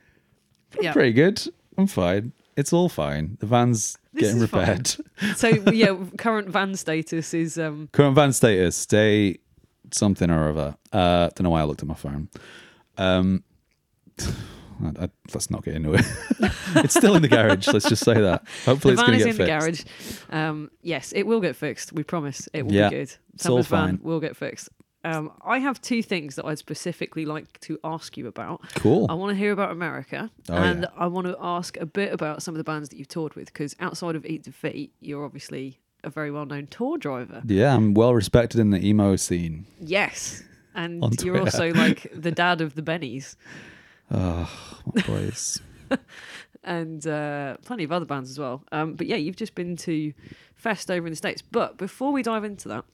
I'm
Yeah.
pretty good. I'm fine. It's all fine. The van's
This
getting
is fine.
repaired.
so yeah, current van status is um
Current van status, stay something or other. Uh don't know why I looked at my phone. Um I, I- let's not get into it. it's still in the garage, let's just say that. Hopefully
the
it's
van
gonna
is
get
in
fixed.
the garage. Um, yes, it will get fixed. We promise it will
Yeah,
be good.
it's all
Tampa's van
fine.
will get fixed. Um, I have two things that I'd specifically like to ask you about.
Cool.
I want to hear about America,
Oh,
and
yeah.
I want to ask a bit about some of the bands that you've toured with, because outside of Eat Defeat, you're obviously a very well-known tour driver.
Yeah, I'm well respected in the emo scene.
Yes, and
On
you're
Twitter.
also like the dad of the Bennies.
Oh, my boys.
and uh, plenty of other bands as well. Um, but yeah, you've just been to Fest over in the States. But before we dive into that,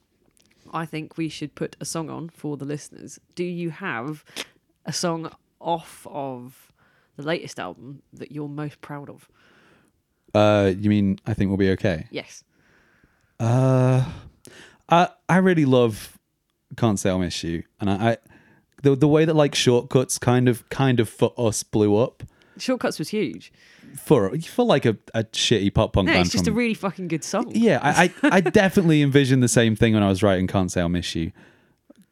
I think we should put a song on for the listeners. Do you have a song off of the latest album that you're most proud of?
Uh, you mean I think we'll be okay?
Yes.
Uh, I I really love can't say I miss you, and I, I the the way that like shortcuts kind of kind of for us blew up
Shortcuts was huge.
for for like a, a shitty pop punk
No,
band.
it's just a
from-
really fucking good song.
yeah, I, I I definitely envisioned the same thing when I was writing can't say I miss you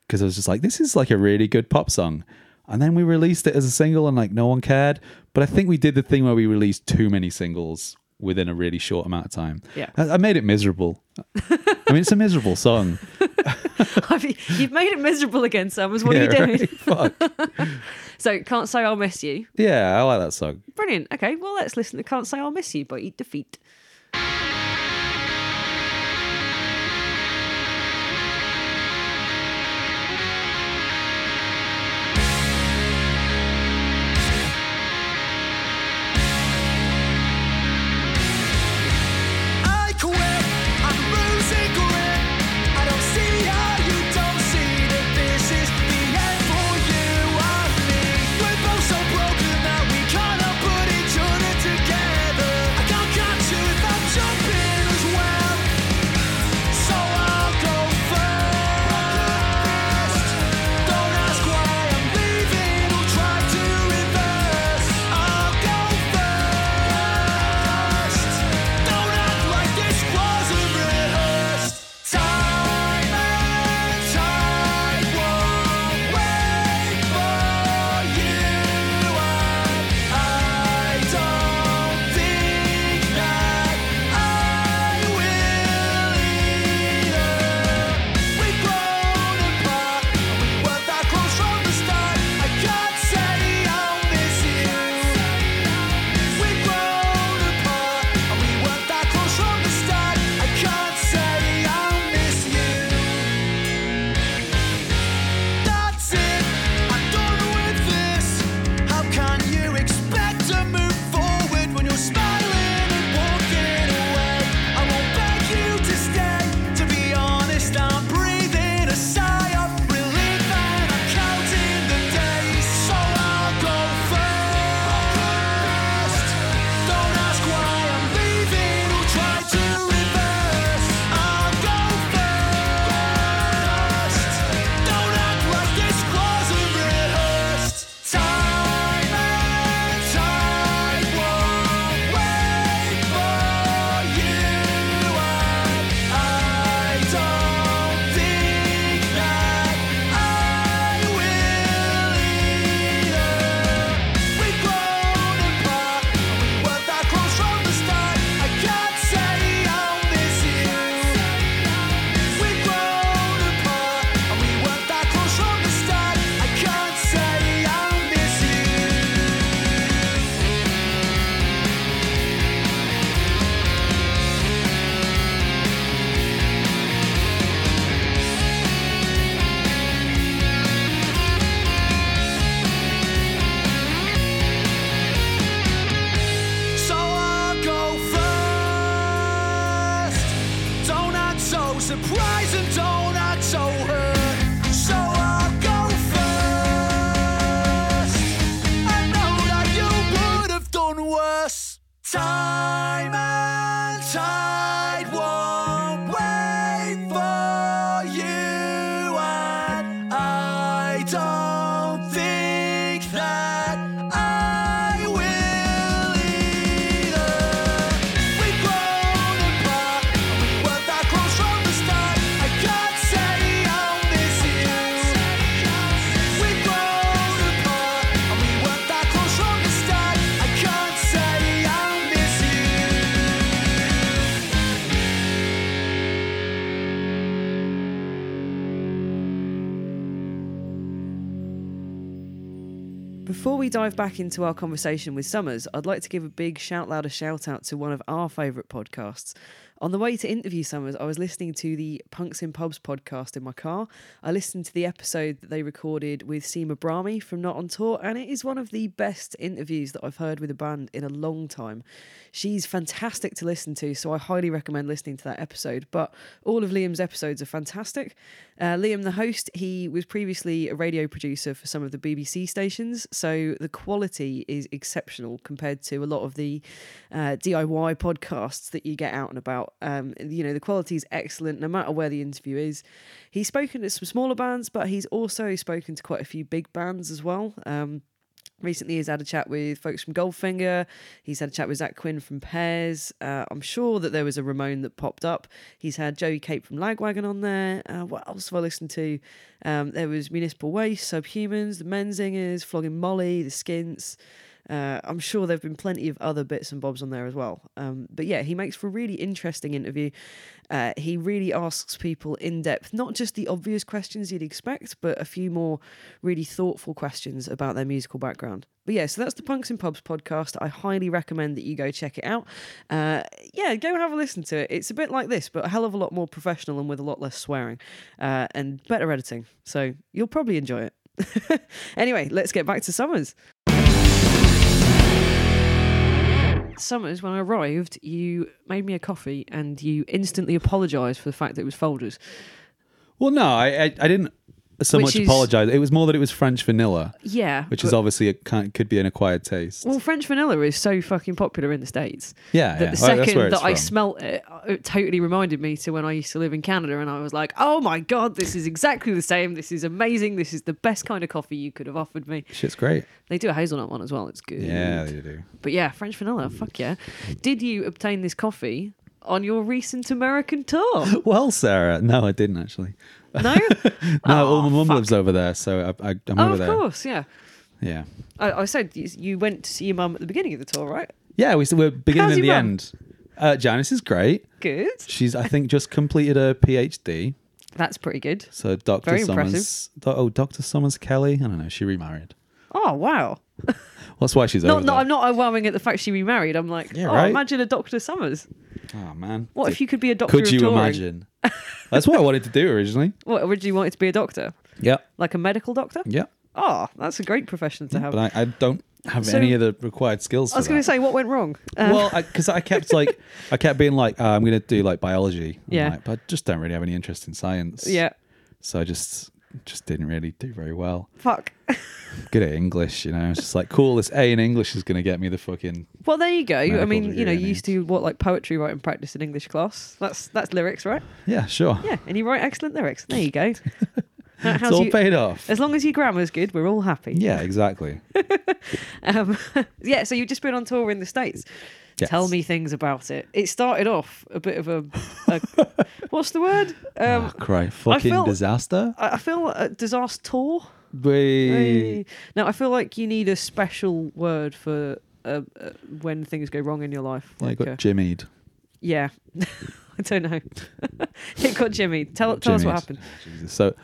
because I was just like this is like a really good pop song. And then we released it as a single, and like no one cared. But I think we did the thing where we released too many singles within a really short amount of time.
Yeah.
I, I made it miserable. I mean, it's a miserable song.
I mean, you've made it miserable again, Sam. Is what
yeah,
are you doing?
right? Fuck.
So, Can't Say I'll Miss You.
Yeah, I like that song.
Brilliant. Okay, well, let's listen to Can't Say I'll Miss You by Eat Defeat.
I quit. I'm losing grip. I don't see how you don't see that this is the end for you and me. We're both so broken that we cannot put each other together. I can't catch you if I'm jumping as well, so I'll go first. Don't ask why I'm leaving or try to reverse. I'll go first. Don't act like this wasn't rehearsed. Time and tide won't wait for you, and I don't think that I will either. We've grown apart, we were that close from the start. I can't say I'll miss you. We've grown apart, and we weren't that close from the start. I can't say I miss you. That's it. I'm done with this. How can you expect to move forward when you're smiling and walking away? I won't beg you to stay. To be honest, I'm breathing a sigh of relief and I'm counting the days. So I'll go first. Don't ask why I'm leaving or try to reverse. I'll go first. Don't act like this wasn't rehearsed. Time and tide won't wait for you, and I don't think that I will either. We've grown apart, we were that close from the start. I can't say I'll miss you. We've grown apart, and we were that close from the start. I can't say I'll miss you. So I'll go first. Don't act so surprised and don't act so hurt. So I'll go first. I know that you would have done worse. Time and tide won't wait for you, and I don't think that I will either. We've grown apart, and we weren't that close from the start. I can't say I'll miss you. We've grown apart, and we weren't that close from the start. I can't say I'll miss you.
Before we dive back into our conversation with Summers, I'd like to give a big shout louder shout out to one of our favourite podcasts. On the way to interview Summers, I was listening to the Punks in Pubs podcast in my car. I listened to the episode that they recorded with Seema Brahmi from Not on Tour, and it is one of the best interviews that I've heard with a band in a long time. She's fantastic to listen to, so I highly recommend listening to that episode. But all of Liam's episodes are fantastic. Uh, Liam, the host, he was previously a radio producer for some of the BBC stations, so the quality is exceptional compared to a lot of the uh, DIY podcasts that you get out and about. Um, you know, the quality is excellent no matter where the interview is. He's spoken to some smaller bands, but he's also spoken to quite a few big bands as well. Um, Recently, he's had a chat with folks from Goldfinger. He's had a chat with Zach Quinn from Pears. Uh, I'm sure that there was a Ramon that popped up. He's had Joey Cape from Lagwagon on there. Uh, what else have I listened to? Um, there was Municipal Waste, Subhumans, The Menzingers, Flogging Molly, The Skints. Uh, I'm sure there have been plenty of other bits and bobs on there as well. Um, but yeah, he makes for a really interesting interview. Uh, he really asks people in depth, not just the obvious questions you'd expect, but a few more really thoughtful questions about their musical background. But yeah, so that's the Punks and Pubs podcast. I highly recommend that you go check it out. Uh, yeah, go and have a listen to it. It's a bit like this, but a hell of a lot more professional and with a lot less swearing uh, and better editing. So you'll probably enjoy it. anyway, let's get back to Summers. Summers, when I arrived, you made me a coffee and you instantly apologised for the fact that it was folders.
Well, no, I I, I didn't so
Which
much
is-
apologize. It was more that it was French vanilla,
Yeah.
which
but-
is obviously a kind could be an acquired taste.
Well, French vanilla is so fucking popular in the States. That
Yeah, yeah.
the
Well, that's
second
where it's
that I
from.
smelt it, uh, it totally reminded me to when I used to live in Canada, and I was like, "Oh my god, this is exactly the same. This is amazing. This is the best kind of coffee you could have offered me."
Shit's great.
They do a hazelnut one as well. It's good.
Yeah, they do.
But yeah, French vanilla. Fuck yeah. Did you obtain this coffee on your recent American tour?
Well, Sarah, no, I didn't actually.
No. Oh,
No, well, my mum
fuck.
lives over there, so I, I, I'm
oh,
over
of
there.
course. Yeah.
Yeah,
I, I said you, you went to see your mum at the beginning of the tour, right?
yeah. We we're beginning
How's
and the
your mum?
end. Uh, Janice is great.
Good.
She's I think just completed her PhD.
That's pretty good.
So Doctor
Very impressive.
Summers. Do- oh, Doctor Summers Kelly. I don't know. She remarried.
Oh wow.
Well, that's why she's
Not,
over
not,
there.
I'm not wowing at the fact she remarried. I'm like,
Yeah,
oh,
right.
imagine a Doctor Summers.
Oh man.
What if you could be a doctor?
could
of
you
touring?
imagine? that's what I wanted to do originally.
What originally wanted to be a doctor,
Yep.
like a medical doctor?
Yep.
Oh, that's a great profession to have.
But I, I don't have
So-
any of the required skills.
I was
going to
say, what went wrong? Uh,
Well, because I, kept like I kept being like uh, I'm going to do like biology. I'm
Yeah.
like, but I just don't really have any interest in science.
yeah.
So I just just didn't really do very well.
Fuck.
Good at English, you know. It's just like cool. This A in English is going to get me the fucking
Well, there you go. I
Medical
mean, you know,
degree,
you used to do what like poetry writing practice in English class. That's that's lyrics, right?
yeah, sure.
Yeah, and you write excellent lyrics. There you go. Now,
it's
how's
all
you-
paid off.
as long as your grammar's good, we're all happy.
Yeah, exactly.
Um, yeah, so you've just been on tour in the States.
Yes.
Tell me things about it. It started off a bit of a, a what's the word? Um,
oh, cry, fucking
felt-
disaster.
I I feel a disaster tour.
We, Mm.
Hey. Now I feel like you need a special word for uh, uh, when things go wrong in your life.
like
uh,
got jimmied.
yeah, I don't know. it got Jimmy. Tell tell us what
Jimmied.
happened.
Jesus. So,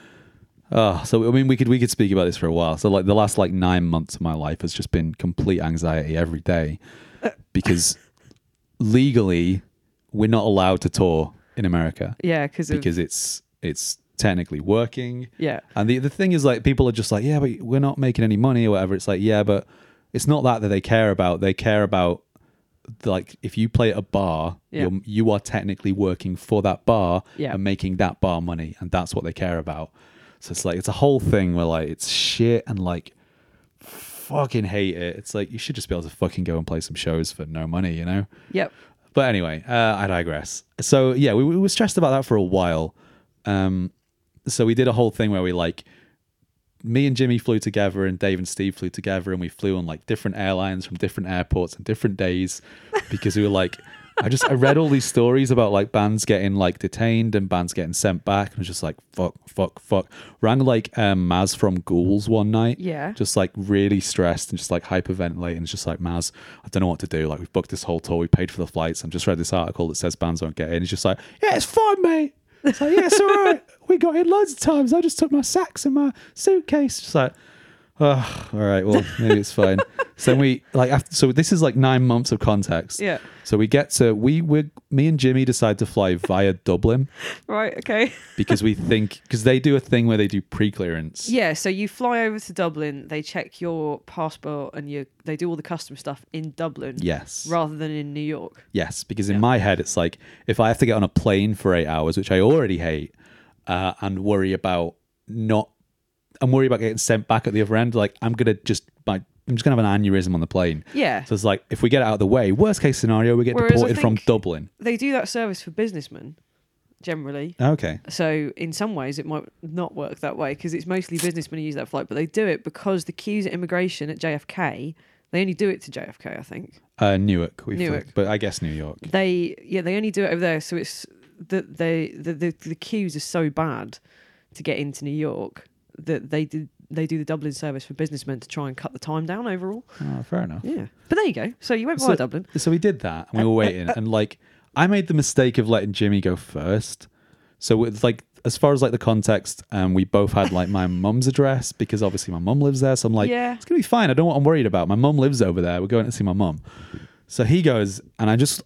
oh, so I mean, we could we could speak about this for a while. So, like the last like nine months of my life has just been complete anxiety every day
Uh,
because legally we're not allowed to tour in America
Yeah, because of
because it's it's technically working.
yeah,
And the the thing is, like, people are just like, yeah, but we're not making any money or whatever. It's like, yeah, but it's not that that they care about. They care about like if you play at a bar,
Yeah.
you're, you are technically working for that bar
Yeah.
and making that bar money, and that's what they care about. So it's like it's a whole thing where like it's shit and like fucking hate it. It's like you should just be able to fucking go and play some shows for no money, you know?
Yep.
But anyway, uh, I digress. So yeah, we, we were stressed about that for a while. Um, so we did a whole thing where we like, me and Jimmy flew together, and Dave and Steve flew together, and we flew on like different airlines from different airports and different days because we were like, I just I read all these stories about like bands getting like detained and bands getting sent back, and I was just like, fuck, fuck, fuck. Rang like um, Maz from Ghouls one night,
Yeah.
just like really stressed and just like hyperventilating. It's just like Maz, I don't know what to do. Like we've booked this whole tour, we paid for the flights. I've just read this article that says bands won't get in. It's just like, yeah, it's fine, mate. It's like, yeah, it's all right. We got in loads of times. I just took my sacks and my suitcase. Just like, oh, all right, well, maybe it's fine. so then we like after, so this is like nine months of context.
Yeah.
So we get to we we me and Jimmy decide to fly via Dublin
Right. Okay.
because we think because they do a thing where they do pre-clearance.
Yeah, so you fly over to Dublin, they check your passport and you they do all the custom stuff in Dublin.
Yes.
Rather than in New York.
Yes, because in my head it's like if I have to get on a plane for eight hours, which I already hate, uh, and worry about not, I'm worried about getting sent back at the other end. Like I'm gonna just my, I'm just gonna have an aneurysm on the plane.
Yeah.
So it's like if we get out of the way, worst case scenario, we get
Whereas I
deported from
think-
Dublin.
They do that service for businessmen generally.
Okay.
So in some ways it might not work that way because it's mostly businessmen who use that flight, but they do it because the queues at immigration at JFK, they only do it to JFK, I think.
Uh, Newark. We flew-
Newark.
but I guess New York.
They yeah, they only do it over there, so it's that they the, the the queues are so bad to get into New York that they did they do the Dublin service for businessmen to try and cut the time down overall.
Oh, fair enough.
Yeah. But there you go. So you went by
so,
Dublin.
So we did that, and we were waiting, and like I made the mistake of letting Jimmy go first. So it's like as far as like the context, um, we both had like my mum's address because obviously my mum lives there. So I'm like,
Yeah.
it's gonna be fine. I don't know what I'm worried about. My mum lives over there. We're going to see my mum. So he goes, and I just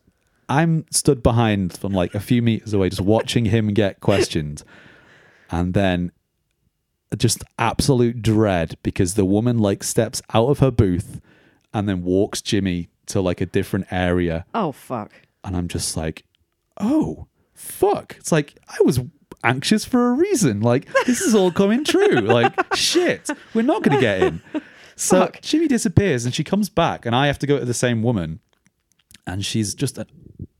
I'm stood behind from like a few meters away, just watching him get questioned, and then just absolute dread because the woman like steps out of her booth and then walks Jimmy to like a different area
Oh fuck.
and I'm just like, "Oh, fuck." It's like I was anxious for a reason. Like this is all coming true. like shit, we're not going to get in. So
Fuck.
Jimmy disappears and she comes back and I have to go to the same woman and she's just an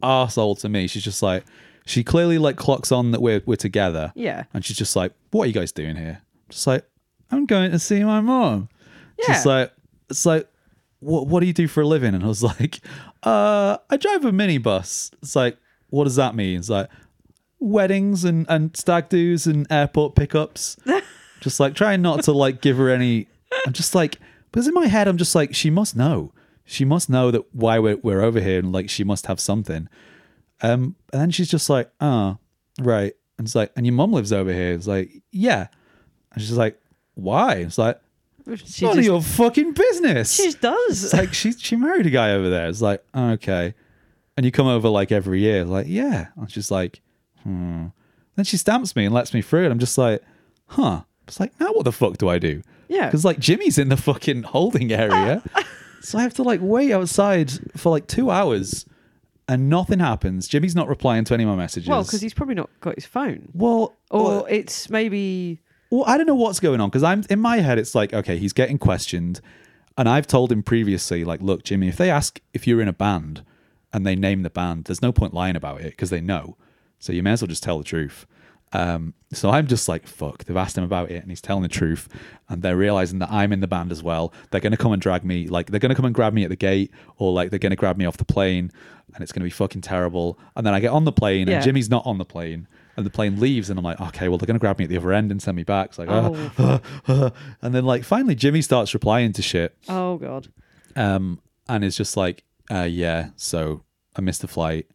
arsehole to me. She's just like she clearly like clocks on that we're we're together.
Yeah.
And she's just like, What are you guys doing here? Just like, I'm going to see my mom. She's
Yeah.
like it's like what what do you do for a living? And I was like, uh, I drive a minibus. It's like, what does that mean? It's like weddings and, and stag do's and airport pickups. just like trying not to like give her any I'm just like because in my head I'm just like, she must know. She must know that why we're we're over here and like she must have something. Um, and then she's just like, ah, right. And it's like, and your mum lives over here. It's like, yeah. And she's like, why? It's like, it's
She
none of
just,
your fucking business.
she just
It's
does.
like she she married a guy over there. It's like oh, okay, and you come over like every year. Like yeah, and she's like, hmm. Then she stamps me and lets me through, and I'm just like, huh. It's like now what the fuck do I do?
Yeah.
because like Jimmy's in the fucking holding area, so I have to like wait outside for like two hours, and nothing happens. Jimmy's not replying to any of my messages.
Well, because he's probably not got his phone.
well
Or
well,
it's maybe
well, I don't know what's going on because I'm in my head. It's like okay, he's getting questioned, and I've told him previously, like, look, Jimmy, if they ask if you're in a band and they name the band, there's no point lying about it because they know. So you may as well just tell the truth. Um, so I'm just like, fuck. They've asked him about it, and he's telling the truth, and they're realizing that I'm in the band as well. They're gonna come and drag me, like they're gonna come and grab me at the gate, or like they're gonna grab me off the plane, and it's gonna be fucking terrible. And then I get on the plane,
Yeah.
and Jimmy's not on the plane, and the plane leaves, and I'm like, okay, well they're gonna grab me at the other end and send me back. It's like,
Oh.
"Uh, uh," and then like finally Jimmy starts replying to shit,
Oh god.
um, and is just like, uh, yeah, so I missed the flight.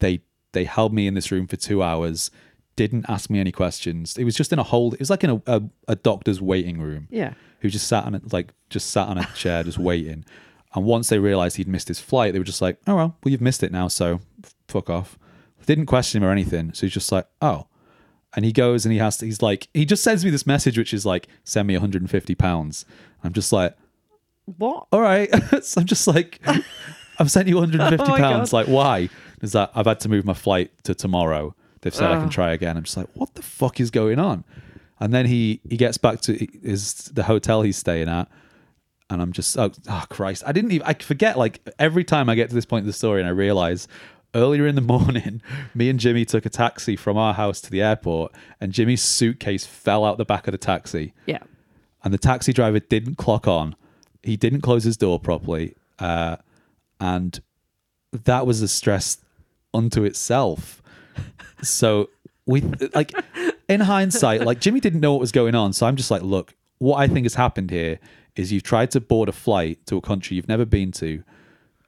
They they held me in this room for two hours, didn't ask me any questions. It was just in a hold. It was like in a a, a doctor's waiting room.
Yeah.
Who just sat on a, like just sat on a chair, just waiting. And once they realized he'd missed his flight, they were just like, oh well, well you've missed it now, so f- fuck off. Didn't question him or anything. So he's just like, oh. And he goes and he has to, he's like, he just sends me this message, which is like, send me 150 pounds. I'm just like,
What?
all right. so I'm just like, I've sent you 150
Oh my
pounds.
God.
Like, why? Is that I've had to move my flight to tomorrow. They've said I can try again. I'm just like, what the fuck is going on? And then he he gets back to his the hotel he's staying at, and I'm just oh, oh Christ, I didn't even I forget like every time I get to this point in the story and I realize earlier in the morning me and Jimmy took a taxi from our house to the airport and Jimmy's suitcase fell out the back of the taxi
Yeah.
and the taxi driver didn't clock on. He didn't close his door properly, uh, and that was a stress unto itself. So we like in hindsight, like Jimmy didn't know what was going on. So I'm just like, look, what I think has happened here is you've tried to board a flight to a country you've never been to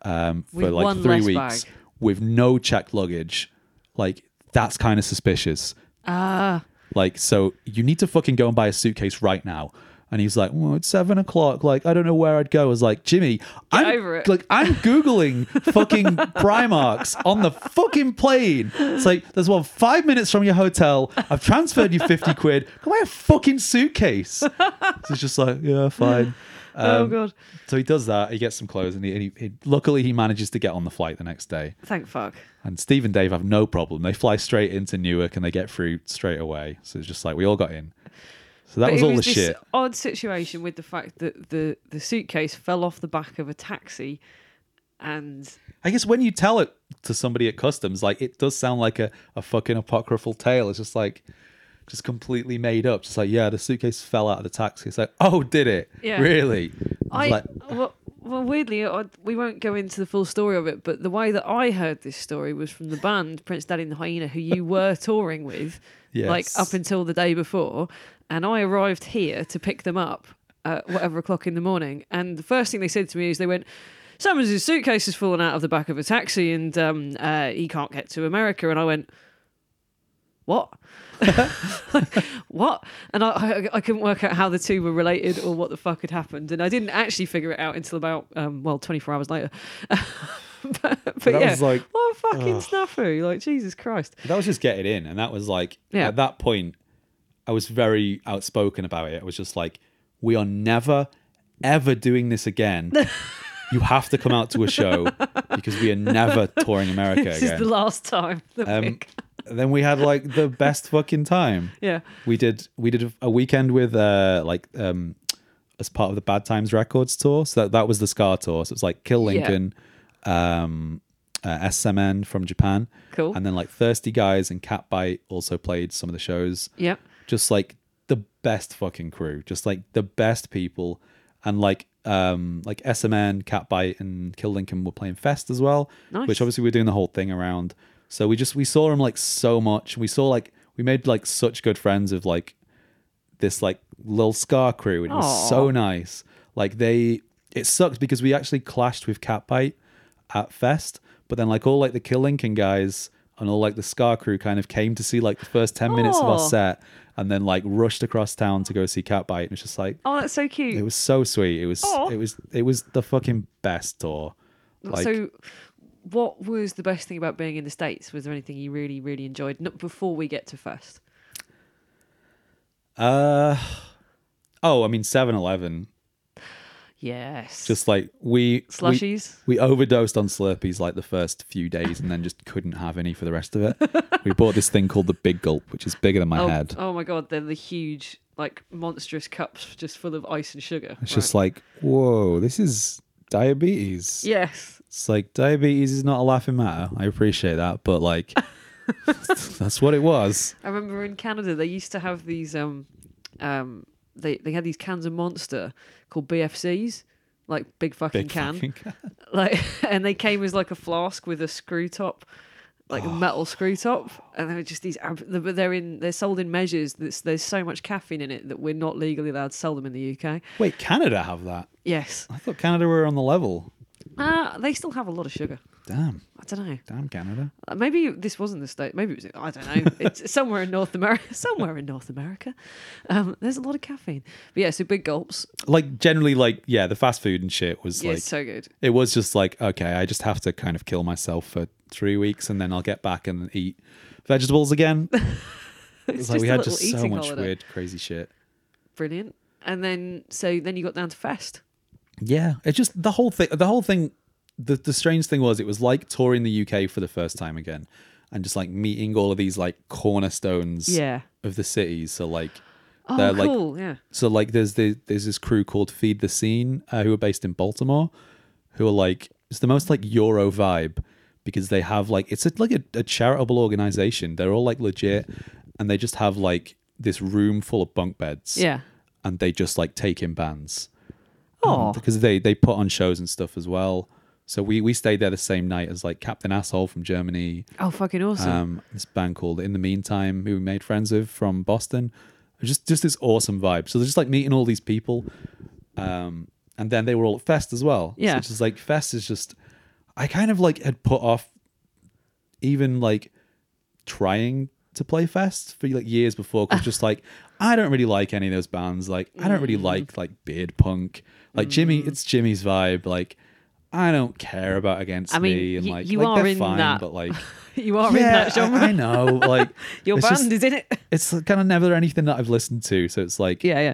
um, for
With
like
one
three
less
weeks
bag.
with no checked luggage. Like that's kind of suspicious.
Ah.
Like, so you need to fucking go and buy a suitcase right now. And he's like, well, it's seven o'clock. Like, I don't know where I'd go. I was like, Jimmy, I'm
over it.
like, I'm googling fucking Primarks on the fucking plane. It's like, there's one five minutes from your hotel. I've transferred you fifty quid. Go buy a fucking suitcase. So he's just like, yeah, fine.
oh
Um,
god.
So he does that. He gets some clothes, and, he, and he, he luckily he manages to get on the flight the next day.
Thank fuck.
And Steve and Dave have no problem. They fly straight into Newark and they get through straight away. So it's just like we all got in. So that
But
was
it
all
was
the
this
shit.
Odd situation with the fact that the the suitcase fell off the back of a taxi, and
I guess when you tell it to somebody at customs, like it does sound like a, a fucking apocryphal tale. It's just like just completely made up. Just like, yeah, the suitcase fell out of the taxi. It's like, oh, did it?
Yeah.
Really?
I
like,
well, well weirdly I, we won't go into the full story of it, but the way that I heard this story was from the band Prince Daddy and the Hyena, who you were touring with, like
Yes.
up until the day before, and I arrived here to pick them up at whatever o'clock in the morning, and the first thing they said to me is they went. Someone's suitcase has fallen out of the back of a taxi, and um, uh, he can't get to America. And I went, "What? what? And I, I, I couldn't work out how the two were related or what the fuck had happened. And I didn't actually figure it out until about, um, well, 24 hours later. but but
that
yeah,
was like-
what a fucking snafu. Like, Jesus Christ.
that was just getting in. And that was like,
Yeah.
at that point, I was very outspoken about it. I was just like, we are never, ever doing this again. you have to come out to a show because we are never touring America
This
again.
is the last time. That we-
Um, then we had like the best fucking time.
Yeah.
We did we did a weekend with uh like um as part of the Bad Times Records tour. So that, that was the Scar tour. So it's like Kill
Yeah.
Lincoln, um uh, SMN from Japan.
Cool.
And then like Thirsty Guys and Cat Bite also played some of the shows
yeah.
just like the best fucking crew, just like the best people, and like um like SMN, Catbite, and Kill Lincoln were playing Fest as well,
Nice.
which obviously we're doing the whole thing around. So we just we saw them like so much. We saw like we made like such good friends of like this like little Scar crew, and it was
Aw.
so nice. Like they, it sucked because we actually clashed with Catbite at Fest, but then like all like the Kill Lincoln guys and all like the Scar crew kind of came to see like the first ten minutes of our
Aw.
set, and then like rushed across town to go see Catbite, and it's just like
Oh, that's so cute.
it was so sweet. It was
Aw.
it was it was the fucking best tour. Like
Oh. so, what was the best thing about being in the States? Was there anything you really, really enjoyed? Not before we get to first.
uh oh, I mean 7-Eleven.
Yes.
Just like we we-
slushies.
We overdosed on Slurpees like the first few days and then just couldn't have any for the rest of it. we bought this thing called the Big Gulp, which is bigger than my
oh,
head.
oh my god, they're the huge, like monstrous cups just full of ice and sugar.
It's just like, whoa, this is diabetes.
Yes.
It's like diabetes is not a laughing matter. I appreciate that, but like that's what it was.
I remember in Canada they used to have these um um they, they had these cans of monster called BFCs. Like big fucking
Big
can.
fucking can.
Like and they came as like a flask with a screw top. Like
Oh.
a metal screw top, and they were just these. ab- But they're in. They're sold in measures. That's, there's so much caffeine in it that we're not legally allowed to sell them in the UK.
Wait, Canada have that?
Yes,
I thought Canada were on the level.
uh, they still have a lot of sugar.
Damn.
I don't know.
Damn Canada.
Uh, Maybe this wasn't the state. Maybe it was. I don't know. It's somewhere in North America. Somewhere in North America. Um, there's a lot of caffeine. But yeah, so big gulps.
Like generally like yeah, the fast food and shit was
Yeah,
like
so good.
it was just like okay i just have to kind of kill myself for three weeks and then i'll get back and eat vegetables again
It's
it's like
just
we
a
had
little
just
eating
so much
holiday.
weird crazy shit
Brilliant. And then so then you got down to Fest.
yeah it's just the whole thing the whole thing the, the strange thing was it was like touring the uk for the first time again and just like meeting all of these like cornerstones
Yeah.
of the cities so like
Oh,
They're, Uh, like,
cool. yeah.
So like there's the, there's this crew called Feed the Scene uh, who are based in Baltimore, who are like it's the most like Euro vibe because they have like it's a, like a, a charitable organization. They're all like legit, and they just have like this room full of bunk beds.
Yeah.
and they just like take in bands.
Oh,
Um, because they they put on shows and stuff as well. So we we stayed there the same night as like Captain Asshole from Germany.
Oh, fucking awesome.
Um, this band called In the Meantime, who we made friends with from Boston. Just just this awesome vibe. So they're just like meeting all these people. Um, and then they were all at Fest as well.
Yeah.
So it's just like Fest is just I kind of like had put off even like trying to play Fest for like years before because just like I don't really like any of those bands. Like I don't
Mm.
really like like beard punk. Like Jimmy, it's Jimmy's vibe. Like I don't care about against
I mean,
me and
y-
like,
you
like
are
they're
in
fine,
that-
but like
you are in
yeah,
that genre.
I, I know. Like
your
it's
band
just-
is in it.
it's kind of never anything that I've listened to, so it's like
yeah, yeah,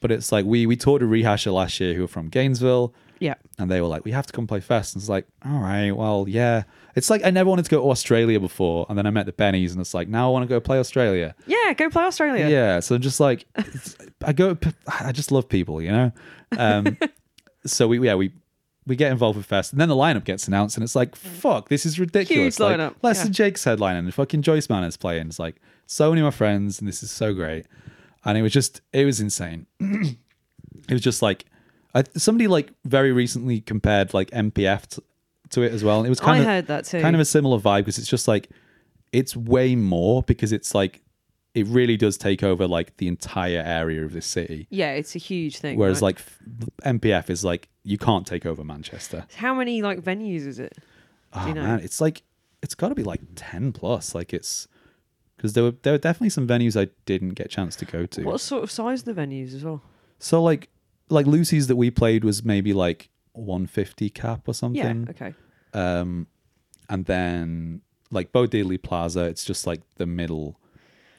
But it's like we we toured a rehasher last year who were from Gainesville,
yeah.
and they were like, "We have to come play fest." And it's like, all right, well, yeah. It's like I never wanted to go to Australia before, and then I met the Bennies, and it's like now I want to go play Australia.
Yeah, go play Australia.
Yeah. so just like it's- I go, I just love people, you know. Um, so we yeah we we get involved with fest, and then the lineup gets announced, and it's like fuck, this is ridiculous. Like,
Mm. lineup,
Lester
yeah.
Jake's headlining, and fucking Joyce Manor's playing. It's like so many of my friends, and this is so great. And it was just it was insane. it was just like I, somebody like very recently compared like MPF t- to it as well. And it was kind
I
of
heard that too.
kind of a similar vibe because it's just like it's way more because it's like it really does take over like the entire area of this city.
yeah, it's a huge thing.
Whereas
right?
like f- MPF is like you can't take over Manchester.
how many like venues is it?
Oh
you know?
man, it's like it's got to be like ten plus. Like it's because there were there were definitely some venues I didn't get a chance to go to.
What sort of size are the venues as well?
So like like Lucy's that we played was maybe like 150 cap or something.
Yeah, okay.
Um, and then like Bodili Plaza, it's just like the middle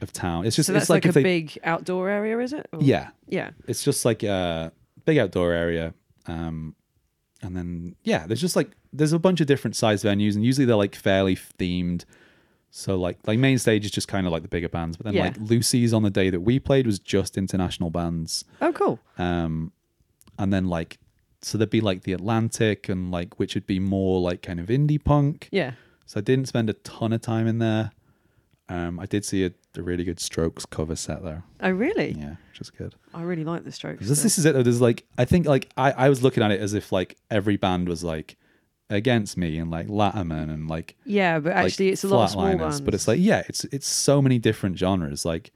of town. It's just
So
it's
that's
like,
like,
if
a
they
big outdoor area, is it? Or-
yeah,
yeah.
it's just like a big outdoor area. Um, and then yeah, there's just like there's a bunch of different size venues, and usually they're like fairly themed. So like like main stage is just kind of like the bigger bands, but then
Yeah.
like Lucy's on the day that we played was just international bands.
Oh, cool.
um and then like so there'd be like the atlantic and like which would be more like kind of indie punk
Yeah.
so i didn't spend a ton of time in there um i did see a, a really good strokes cover set there
Oh, really?
yeah which is good
I really like the Strokes.
this,
though.
this is it though there's like i think like I, I was looking at it as if like every band was like against me and like latimer and like
yeah, but
like,
actually, it's a lot of small
Flatliners,
bands.
but it's like yeah it's it's so many different genres like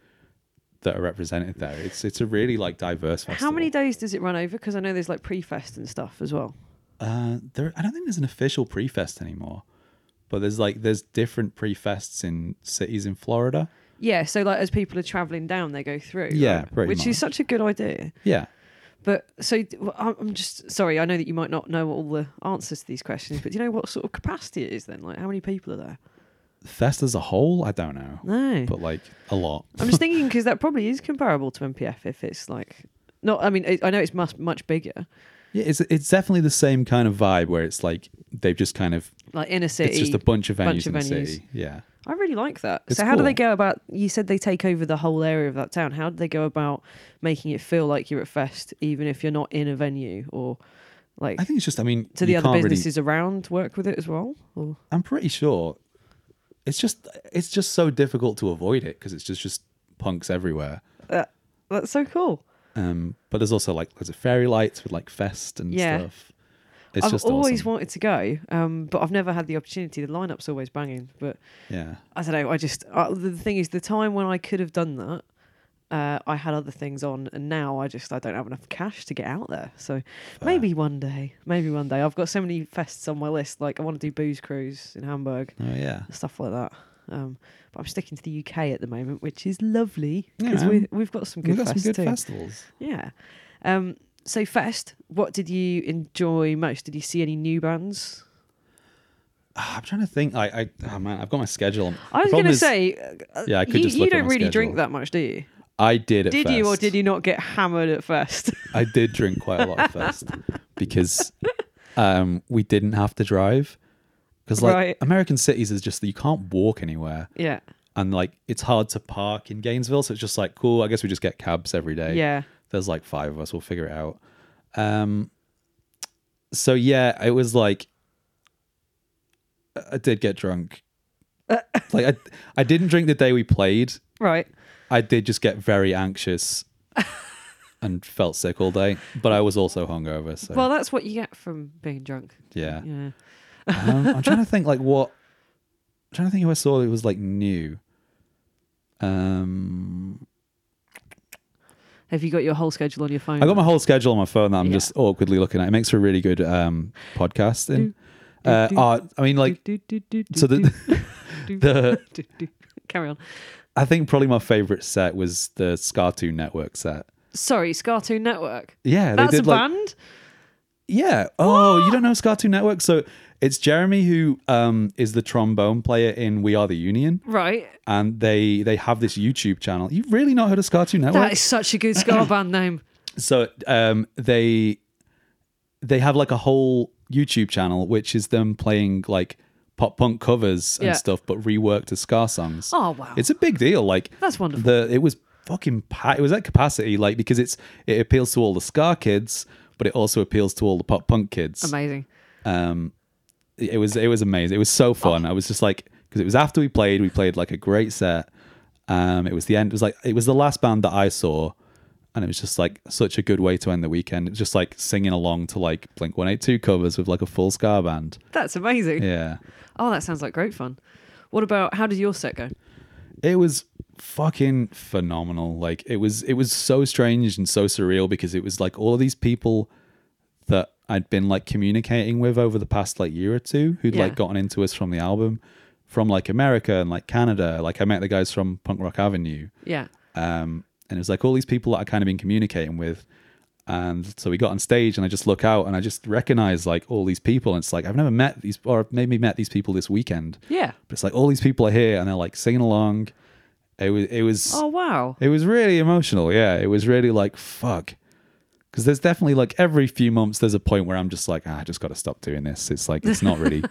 that are represented there it's it's a really like diverse festival.
how many days does it run over? Because I know there's like pre-fest and stuff as well.
Uh, there, I don't think there's an official pre-fest anymore, but there's like there's different pre-fests in cities in Florida.
Yeah, so like as people are traveling down, they go through.
Yeah,
right?
pretty
which
much.
is such a good idea.
Yeah,
But so d- w- I'm I'm just sorry. I know that you might not know all the answers to these questions, but do you know what sort of capacity it is then? Like how many people are there?
fest as a whole, I don't know,
No,
but like a lot.
I'm just thinking because that probably is comparable to MPF if it's like not. I mean, it, I know it's much much bigger,
Yeah, it's it's definitely the same kind of vibe where it's like they've just kind of
like inner city.
it's just a bunch of venues
bunch of
in the
venues.
city. Yeah.
I really like that.
It's
so how do they
cool.
go about? You said they take over the whole area of that town. How do they go about making it feel like you're at fest, even if you're not in a venue or like?
I think it's just I mean
do the
you
other
can't really-
businesses around work with it as well? Or?
I'm pretty sure it's just it's just so difficult to avoid it because it's just just punks everywhere.
That's so cool.
Um, but there's also like loads of fairy lights with like fest and
Yeah.
stuff. It's
I've
just
always
awesome.
wanted to go, um, but I've never had the opportunity. The lineup's always banging, but
yeah.
I don't know. I just uh, the thing is, the time when I could have done that, uh, I had other things on, and now I just I don't have enough cash to get out there. So maybe one day, maybe one day. I've got so many fests on my list. Like I want to do booze cruise in Hamburg,
Oh yeah.
stuff like that. Um, but I'm sticking to the UK at the moment, which is lovely because
Yeah.
we we've got some good
We've got
fests
some good
too.
festivals.
Yeah. Um, so fest, what did you enjoy most? Did you see any new bands?
Ah, I'm trying to think. I, I oh man, I've got my schedule.
I was going to say, uh,
Yeah, I could
you,
just
you
look at
don't
my
really
schedule.
drink that much, do you?
I did. At
Did you or
Fest.
did you not get hammered at fest?
I did drink quite a lot at first because um, we didn't have to drive. Because like
Right.
American cities is just that you can't walk anywhere,
yeah.
and like it's hard to park in Gainesville, so it's just like cool. I guess we just get cabs every day.
Yeah.
there's like five of us. We'll figure it out. Um, so yeah, it was like I did get drunk. like I, I didn't drink the day we played.
Right.
I did just get very anxious and felt sick all day, but I was also hungover. So
Well, that's what you get from being drunk.
yeah,
Yeah.
um, I'm trying to think like what. I'm trying to think who I saw that was like new. Um,
Have you got your whole schedule on your phone?
I got my whole schedule on my phone that I'm
Yeah.
just awkwardly looking at. It makes for really good um, podcasting.
do,
Uh,
do,
art- I mean, like so the the
Carry on.
I think probably my favorite set was the Scartoon Network set.
Sorry, Scartoon Network.
Yeah,
That's
they
a
did like
band.
Yeah. Oh, you don't know Scartoon Network? So it's Jeremy who um, is the trombone player in We Are the Union,
Right.
and they they have this YouTube channel. You've really not heard of Scartoon Network?
That is such a good ska band name.
so um, they they have like a whole YouTube channel which is them playing like pop punk covers and
Yeah.
stuff, but reworked as ska songs.
Oh, wow.
It's a big deal. Like
That's wonderful.
The it was fucking pa- it was at capacity, like because it's it appeals to all the ska kids, but it also appeals to all the pop punk kids.
Amazing.
Um, it it was it was amazing. It was so fun. I was just like because it was after we played, we played like a great set. Um, it was the end. It was like it was the last band that I saw, and it was just like such a good way to end the weekend. It was just like singing along to like Blink One Eight Two covers with like a full ska band.
That's amazing.
Yeah,
Oh, that sounds like great fun. What about how did your set go?
it was fucking phenomenal. Like it was it was so strange and so surreal because it was like all of these people that I'd been like communicating with over the past like year or two who'd
Yeah.
like gotten into us from the album from like America and like Canada. Like I met the guys from Punk Rock Avenue.
Yeah.
Um, and it was like all these people that I kind of been communicating with. And so we got on stage and I just look out and I just recognize like all these people. And it's like, I've never met these or maybe met these people this weekend.
Yeah.
But it's like all these people are here and they're like singing along. It was, it was,
Oh wow.
it was really emotional. Yeah, it was really like fuck. Because there's definitely like every few months there's a point where I'm just like ah, I just got to stop doing this. It's like it's not really,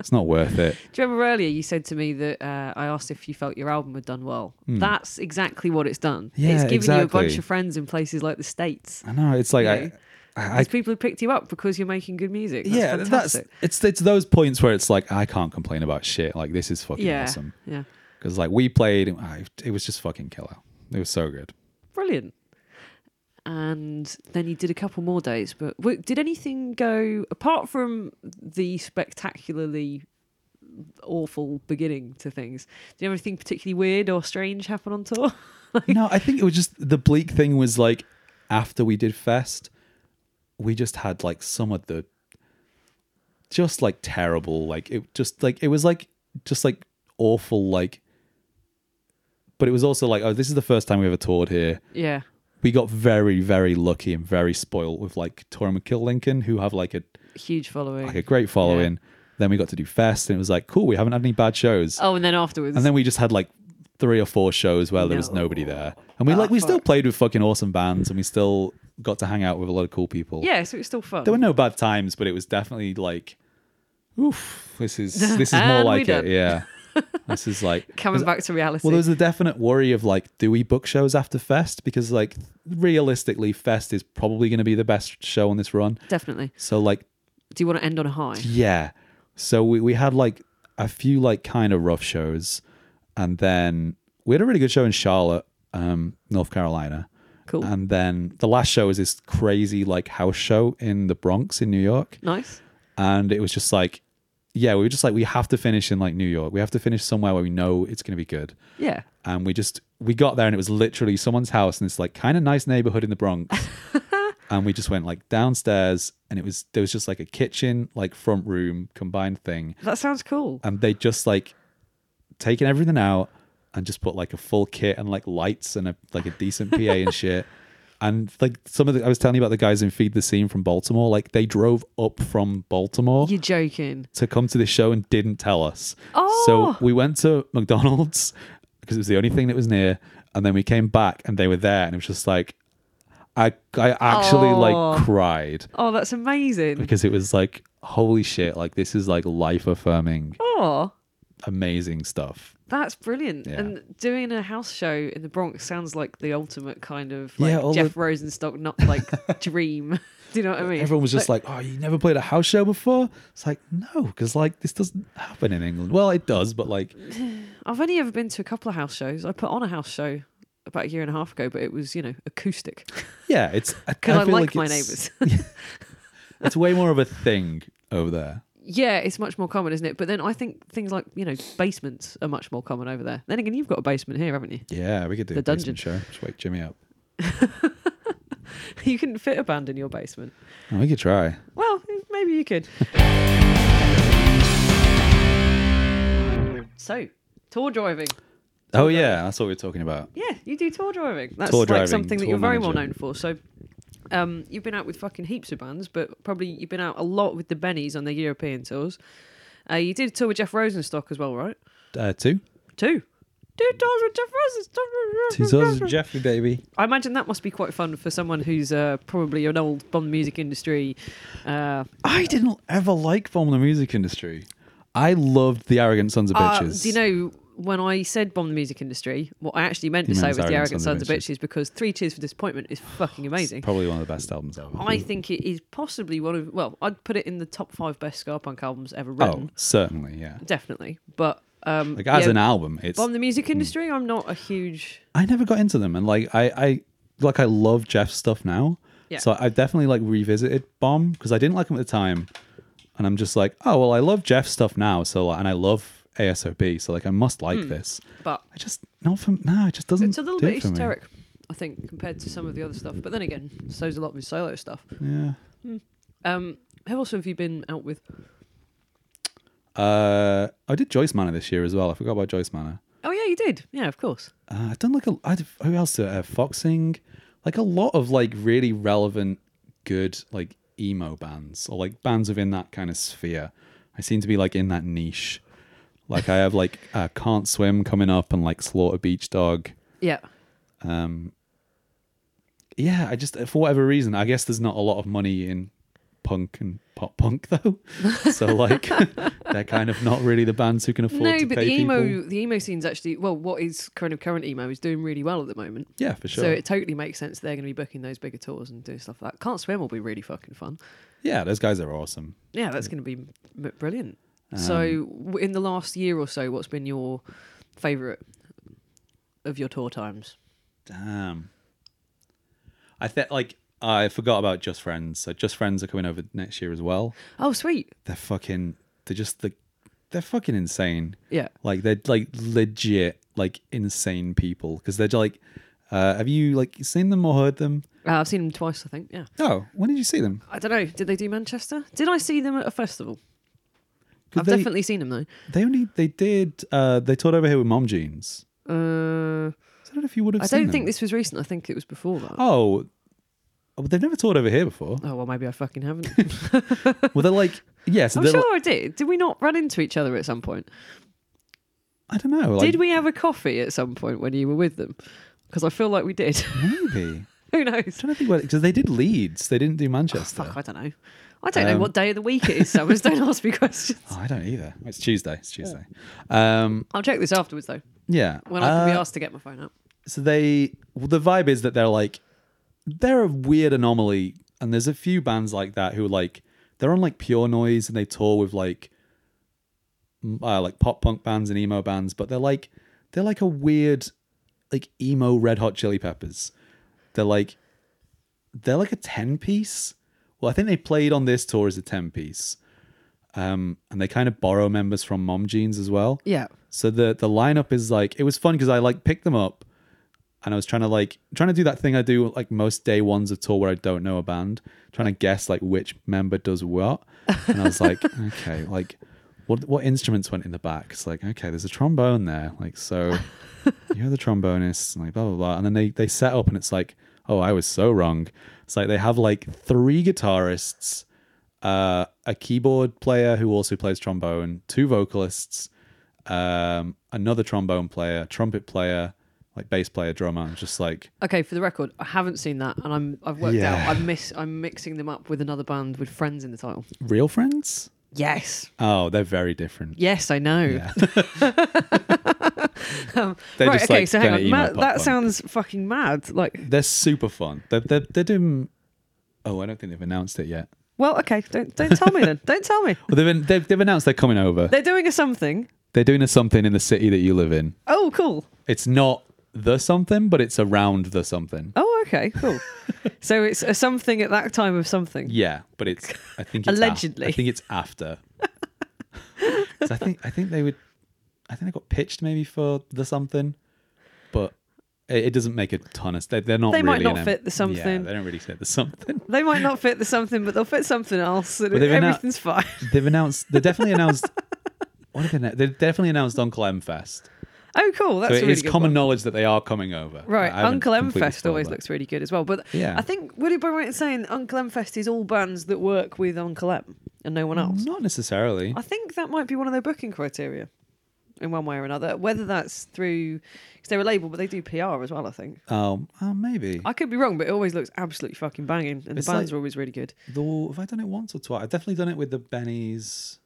it's not worth it.
Do you remember earlier you said to me that uh, I asked if you felt your album had done well? That's exactly what it's done.
Hmm. Yeah,
it's given you a bunch
exactly.
of friends in places like the States.
I know it's like
Yeah.
I, I, I
There's people who picked you up because you're making good music. That's
yeah,
fantastic.
that's it's it's those points where it's like I can't complain about shit. Like this is fucking
yeah.
awesome.
Yeah.
Because like we played, and I, it was just fucking killer. It was so good.
Brilliant. And then you did a couple more days, but w- did anything go apart from the spectacularly awful beginning to things? Did anything particularly weird or strange happen on tour?
no, I think it was just the bleak thing was like after we did Fest, we just had like some of the just like terrible, like it just like it was like just like awful, like but it was also like, oh, this is the first time we ever toured here.
yeah.
We got very, very lucky and very spoiled with like touring with Kill Lincoln, who have like a
Huge following.
like a great following. Then we got to do Fest and it was like, cool, we haven't had any bad shows.
oh, and then afterwards.
And then we just had like three or four shows where there was
No. Ah,
nobody there. And we like we still
fuck.
played with fucking awesome bands and we still got to hang out with a lot of cool people.
yeah, so it was still fun.
There were no bad times, but it was definitely like oof, this is this is more
And we
like it.
done.
Yeah. this is like
Coming back to reality.
well, there was a definite worry of like, do we book shows after Fest? Because like realistically, Fest is probably going to be the best show on this run.
Definitely.
So like
Do you want to end on a high?
yeah. So we, we had like a few like kind of rough shows and then we had a really good show in Charlotte, um, North Carolina.
Cool.
And then the last show was this crazy like house show in the Bronx in New York.
nice.
And it was just like yeah, we were just like we have to finish in like New York. We have to finish somewhere where we know it's gonna be good.
Yeah.
And we just we got there and it was literally someone's house in this like kind of nice neighborhood in the Bronx. and we just went like downstairs and it was there was just like a kitchen like front room combined thing
That sounds cool.
and they just like taken everything out and just put like a full kit and like lights and a like a decent PA and shit and like some of the I was telling you about the guys in Feed the Scene from Baltimore like they drove up from Baltimore
You're joking.
to come to this show and didn't tell us. So
Oh.
we went to McDonald's because it was the only thing that was near, and then we came back and they were there, and it was just like, I I actually
Oh.
like cried
Oh, that's amazing.
because it was like, holy shit, like this is like life affirming
Oh,
amazing stuff.
That's brilliant.
Yeah.
And doing a house show in the Bronx sounds like the ultimate kind of like
Yeah, all
Jeff
the-
Rosenstock not like dream. Do you know what I mean?
Everyone was just like, "Oh, you never played a house show before?" It's like, no, because like this doesn't happen in England. Well, it does, but like,
I've only ever been to a couple of house shows. I put on a house show about a year and a half ago, but it was, you know, acoustic.
yeah, it's
Because I,
feel
like, my
it's-
neighbours.
It's way more of a thing over there.
yeah, it's much more common, isn't it? But then I think things like, you know, basements are much more common over there. Then again, you've got a basement here, haven't you?
Yeah, we could do
The
a basement
dungeon.
show. Just wake Jimmy up.
You couldn't fit a band in your basement.
Oh, we could try.
Well, maybe you could. so, tour driving.
Oh yeah, that's what we we're talking about.
Yeah, you do tour driving. That's
Tour
like
driving,
something that
tour
you're very well
manager.
known for. So, um, you've been out with fucking heaps of bands, but probably you've been out a lot with the Bennies on their European tours. Uh, you did a tour with Jeff Rosenstock as well, right?
Uh, two,
Two. Two tours with Jeff
two
Rosenstock.
sons of Jeffrey, baby.
I imagine that must be quite fun for someone who's uh, probably an old Bond music industry. Uh,
I didn't ever like film the music industry. I loved the arrogant sons of
uh,
bitches.
do you know when I said Bond music industry, what I actually meant
You
to say
meant
was the Arrogant Sons of Bitches because Three Cheers for Disappointment is fucking amazing.
Probably one of the best albums ever.
I think it is possibly one of well, I'd put it in the top five best Scarpunk albums ever
oh,
written,
certainly, yeah.
definitely. But um,
Like as
yeah,
an Hmm. album, it's
Bomb the music industry, I'm not a huge.
I never got into them, and like I, I like I love Jeff's stuff now.
Yeah.
So I definitely like revisited Bomb because I didn't like him at the time, and I'm just like, oh well, I love Jeff's stuff now. So like, and I love ASOB, so like I must
Hmm.
like this.
But
I just not from nah, it just doesn't.
it's a little
do
bit
it for me.
esoteric, I think, compared to some of the other stuff. But then again, so's a lot of his solo stuff.
Yeah.
Um, who else have you been out with?
Uh, I did Joyce Manor this year as well. I forgot about Joyce Manor.
Oh yeah, you did. Yeah, of course.
Uh, I've done like a I've, who else? did I- Uh, Foxing, like a lot of like really relevant, good like emo bands or like bands within that kind of sphere. I seem to be like in that niche. Like I have like uh, Can't Swim coming up and like Slaughter Beach Dog.
Yeah.
Um, yeah, I just for whatever reason, I guess there's not a lot of money in punk and pop punk though. So like they're kind of not really the bands who can afford
No,
to
but
pay
the emo
people.
the emo scene's actually well, what is kind of current emo is doing really well at the moment.
Yeah, for sure.
So it totally makes sense they're going to be booking those bigger tours and doing stuff like that. Can't Swim will be really fucking fun.
yeah, those guys are awesome.
Yeah, that's going to be m- brilliant.
Um,
so, w- in the last year or so, what's been your favourite of your tour times?
Damn. I think like I forgot about Just Friends. So Just Friends are coming over next year as well.
Oh, sweet.
They're fucking. They're just the. They're fucking insane.
Yeah.
Like they're like legit like insane people because they're like. Uh, have you like seen them or heard them?
Uh, I've seen them twice, I think. Yeah.
Oh, when did you see them?
I don't know. Did they do Manchester? Did I see them at a festival?
'Cause
I've
they,
definitely seen them,
They only they did. Uh, they toured over here with Mom Jeans.
though. Uh,
So I don't know if you would have.
I
seen
don't think
them.
this was recent. I think it was before that. Oh,
Oh, oh, they've never toured over here before.
well, maybe I fucking haven't.
well, they're like yeah. So
I'm
they're.
sure
like-
I did. Did we not run into each other at some point?
I don't know. Like,
Did we have a coffee at some point when you were with them? Because I feel like we did.
Maybe.
Who knows?
trying to think what because they did Leeds, they didn't do Manchester.
Oh, Fuck, I don't know. I don't know
Um,
what day of the week it is, Summers. don't ask me questions.
Oh, I don't either. It's Tuesday. It's Tuesday. Yeah. Um,
I'll check this afterwards, though,
yeah.
when I can be
Uh,
asked to get my phone up.
So they, well, the vibe is that they're like, they're a weird anomaly, and there's a few bands like that who like they're on like pure noise and they tour with like, m- uh, like pop punk bands and emo bands, but they're like they're like a weird, like emo Red Hot Chili Peppers. They're like they're like a 10 piece. Well, I think they played on this tour as a 10 piece. Um, and they kind of borrow members from Mom Jeans as well.
Yeah.
So the the lineup is like it was fun because I like picked them up and I was trying to like trying to do that thing I do like most day ones of tour where I don't know a band, trying to guess like which member does what. And I was like, okay, like what what instruments went in the back? It's like, okay, there's a trombone there. Like so you're the trombonist and like blah blah blah. And then they they set up and it's like, oh, I was so wrong. It's like they have like three guitarists, uh, a keyboard player who also plays trombone, two vocalists, um, another trombone player, trumpet player, like bass player, drummer. and Just like
Okay, for the record, I haven't seen that, and I'm I've worked
Yeah.
out I miss I'm mixing them up with another band with friends in the title.
real friends.
Yes.
Oh, they're very different.
Yes, I know. Um,
Yeah.
right,
just,
okay,
like,
so hang
kinda
on.
emo
Ma-
pop
that
punk.
sounds fucking mad. Like,
They're super fun. They're, they're, they're doing. Oh, I don't think they've announced it yet.
well, okay, don't don't tell me then. Don't tell me.
Well, they've, they've, they've announced they're coming over.
They're doing a something.
They're doing a something in the city that you live in.
Oh, cool.
It's not the something, but it's around the something.
Oh, okay, cool. so it's a something at that time of something.
Yeah, but it's. I think it's af-
Allegedly.
I think it's after. 'Cause I think I think they would. I think they got pitched maybe for the something, but it, it doesn't make a ton of. They, they're not.
They might
really
not
an em-
fit the
Yeah,
something.
they don't really fit the something.
They might not fit the something, but they'll fit something else. And
Well, they've annou-
everything's fine.
They've announced. They definitely announced. What have they? annou- They definitely announced Uncle M Fest.
Oh, cool. That's a
So it is
really good
common
one.
knowledge that they are coming over.
Right,
I haven't
Uncle M
completely
Fest
spoiled
always
that.
looks really good as well. But
Yeah.
I think would it be right in saying Uncle M Fest is all bands that work with Uncle M and no one else?
Not necessarily.
I think that might be one of their booking criteria, in one way or another. Whether that's through because they're a label, but they do PR as well. I think
Um, oh, maybe.
I could be wrong, but it always looks absolutely fucking banging, and
It's
the bands
like-
are always really good.
Though, have I done it once or twice? I've definitely done it with the Bennies.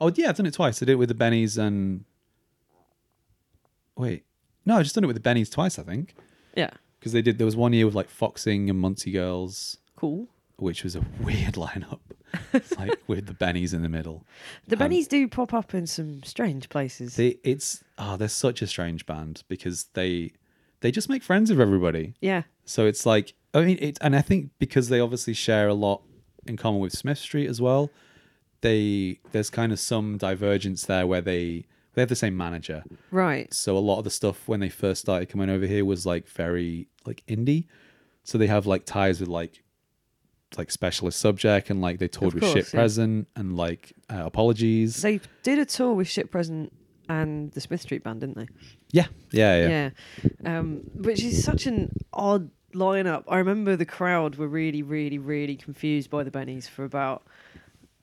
Oh yeah, I've done it twice. I did it with the Bennies and wait, no, I've just done it with the Bennies twice. I think
Yeah,
because they did. There was one year with like Foxing and Muncie Girls,
cool.
which was a weird lineup. It's like with the Bennies in the middle.
The Bennies do pop up in some strange places.
Um, They, it's oh, they're such a strange band because they they just make friends with everybody.
yeah,
So it's like, I mean, it, and I think because they obviously share a lot in common with Smith Street as well, they there's kind of some divergence there where they they have the same manager.
right.
So a lot of the stuff when they first started coming over here was like very like indie. So they have like ties with like like specialist subject and like they
Of
toured with
course,
Shit
yeah.
Present and like uh, Apologies.
They did a tour with Shit Present and the Smith Street Band, didn't they?
yeah, yeah, yeah.
yeah. Um, which is such an odd lineup. I remember the crowd were really, really, really confused by the Bennies for about.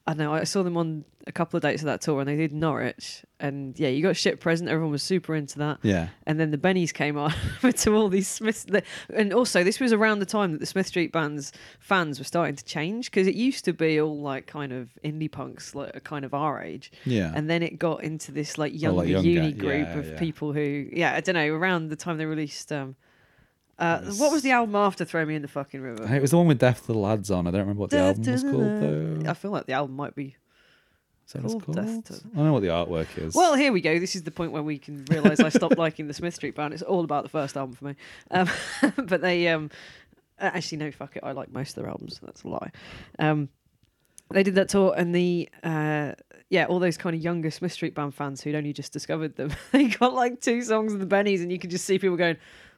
I don't know. I saw them on a couple of dates of that tour, and they did Norwich, and yeah, you got shit present. Everyone was super into that.
Yeah.
And then the Bennies came on to all these Smiths, the- and also this was around the time that the Smith Street Band's fans were starting to change because it used to be all like kind of indie punks, like kind of our age.
Yeah.
And then it got into this like younger
like, young
uni
guy-
group
yeah,
of
yeah.
people who, yeah, I don't know, around the time they released. Um, uh, what was the album after "Throw Me in the Fucking River"?
And It was the one with Death Little Lads on. I don't remember what the album was called though.
I feel like the album might be.
Is that what it's
called Death
called?
to-
I don't know what the artwork is.
Oh, Well, here we go. This is the point where we can realise I stopped liking the Smith Street Band. It's all about the first album for me. Um, but they, um, uh, actually, no, fuck it. I like most of their albums. So that's a lie. Um, they did that tour, and the uh, yeah, all those kind of younger Smith Street Band fans who'd only just discovered them, they got like two songs of the Bennies, and you could just see people going.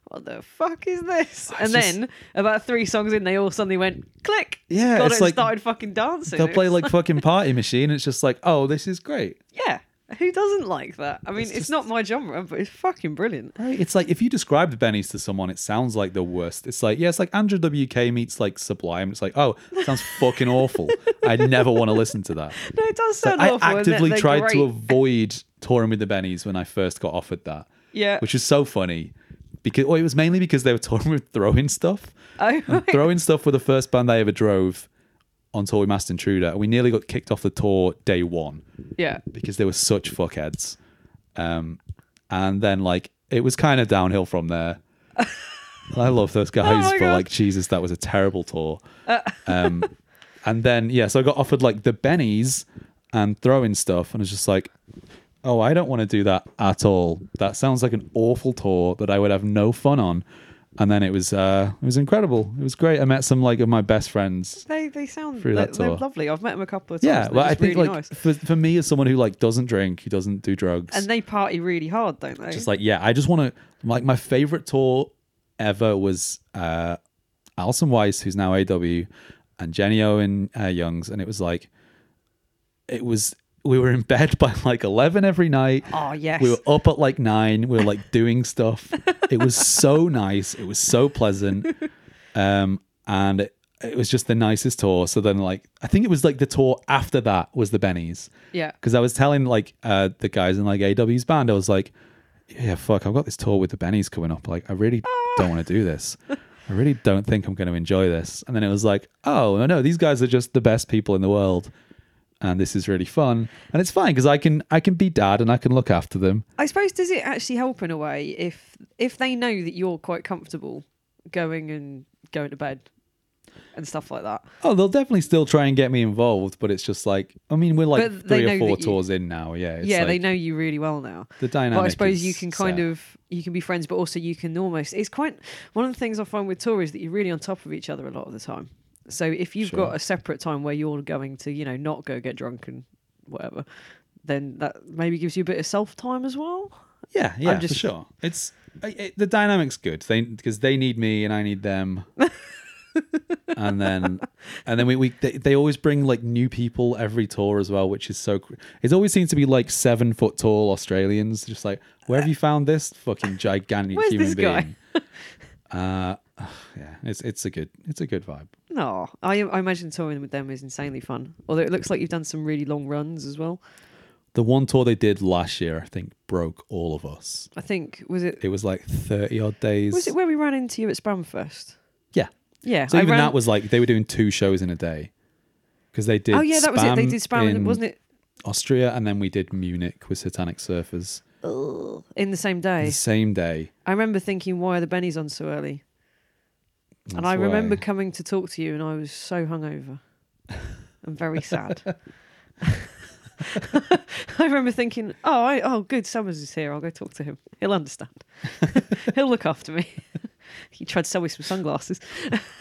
What the fuck is this? And
just-
then about three songs in, they all suddenly went click.
Yeah,
got
it's
it
like-
and started fucking dancing.
They'll
It
play
was
like fucking Party Machine. It's just like, oh, this is great.
Yeah. Who doesn't like that? I mean, it's,
It's just-
not my genre, but it's fucking brilliant.
Right? It's like if you describe the Bennies to someone, it sounds like the worst. It's like, yeah, it's like Andrew WK meets like Sublime. It's like, oh, it sounds fucking awful. I never want to listen to that.
No, it does sound
I
awful. and
actively
they're
tried
great.
to avoid touring with the Bennies when I first got offered that.
Yeah.
Which is so funny. Because well, it was mainly because they were touring with throwing stuff.
Oh,
And
right.
throwing stuff were the first band I ever drove on tour with Master Intruder, and we nearly got kicked off the tour day one.
Yeah.
because they were such fuckheads. Um, and then like it was kind of downhill from there. I love those guys,
Oh my
but
God. Uh.
like Jesus, that was a terrible tour. Um, and then yeah, so I got offered like the Bennies and throwing stuff, and I was just like, oh, I don't want to do that at all. That sounds like an awful tour that I would have no fun on. And then it was uh, it was incredible. It was great. I met some like of my best friends
They, they sound
Through
they,
that
they're
tour.
lovely. I've met them a couple of times.
yeah,
They're
well, I
just
think
really
like
nice.
for, for me as someone who like doesn't drink, who doesn't do drugs,
And they party really hard, don't they?
just like yeah, I just want to like my favorite tour ever was uh Alison Weiss, who's now AW, and Jenny Owen uh, Youngs, and it was like it was we were in bed by like eleven every night.
oh, yes.
We were up at like nine. We were like doing stuff. It was so nice. It was so pleasant. Um, and it, it was just the nicest tour. So then, like, I think it was like the tour after that was the Bennies.
Yeah.
Because I was telling like uh, the guys in like AW's band, I was like, yeah, fuck, I've got this tour with the Bennies coming up. Like, I really don't want to do this. I really don't think I'm going to enjoy this. And then it was like, oh, no, no, these guys are just the best people in the world. and this is really fun. And it's fine because I can I can be dad and I can look after them.
I suppose does it actually help in a way if if they know that you're quite comfortable going and going to bed and stuff like that?
Oh, they'll definitely still try and get me involved, but it's just like I mean we're like
But they
three
know
or four
that you-
tours in now. Yeah, it's
yeah, they
like
know you really well now.
the
But
dynamic.
I suppose
is
you can kind
set.
of you can be friends, but also you can almost. It's quite one of the things I find with tour is that you're really on top of each other a lot of the time. So if you've
Sure.
got a separate time where you're going to, you know, not go get drunk and whatever, then that maybe gives you a bit of self time as well.
yeah yeah
just-
for sure. It's I- it, the dynamic's good. They because they need me and I need them. and then and then we, we they, they always bring like new people every tour as well which is so cr- it always seems to be like seven foot tall australians just like where have you found this fucking gigantic
Where's
human
this guy?
being uh yeah it's it's a good it's a good vibe
No, I, I imagine touring with them is insanely fun. Although it looks like you've done some really long runs as well.
the one tour they did last year i think broke all of us
I think was it
it was like 30 odd days
was it where we ran into you at Spamfest?
yeah
Yeah,
so
I
even
ran-
that was like they were doing two shows in a day because they did
Oh yeah, that was it. They did Spam,
in
wasn't it?
austria and then we did munich with satanic surfers
In the same day.
the same day
I remember thinking, why are the bennies on so early? and
That's
I remember
why.
coming to talk to you, and I was so hungover and very sad. I remember thinking, oh, I, oh, good, Summers is here. I'll go talk to him. He'll understand. He'll look after me. he tried to sell me some sunglasses.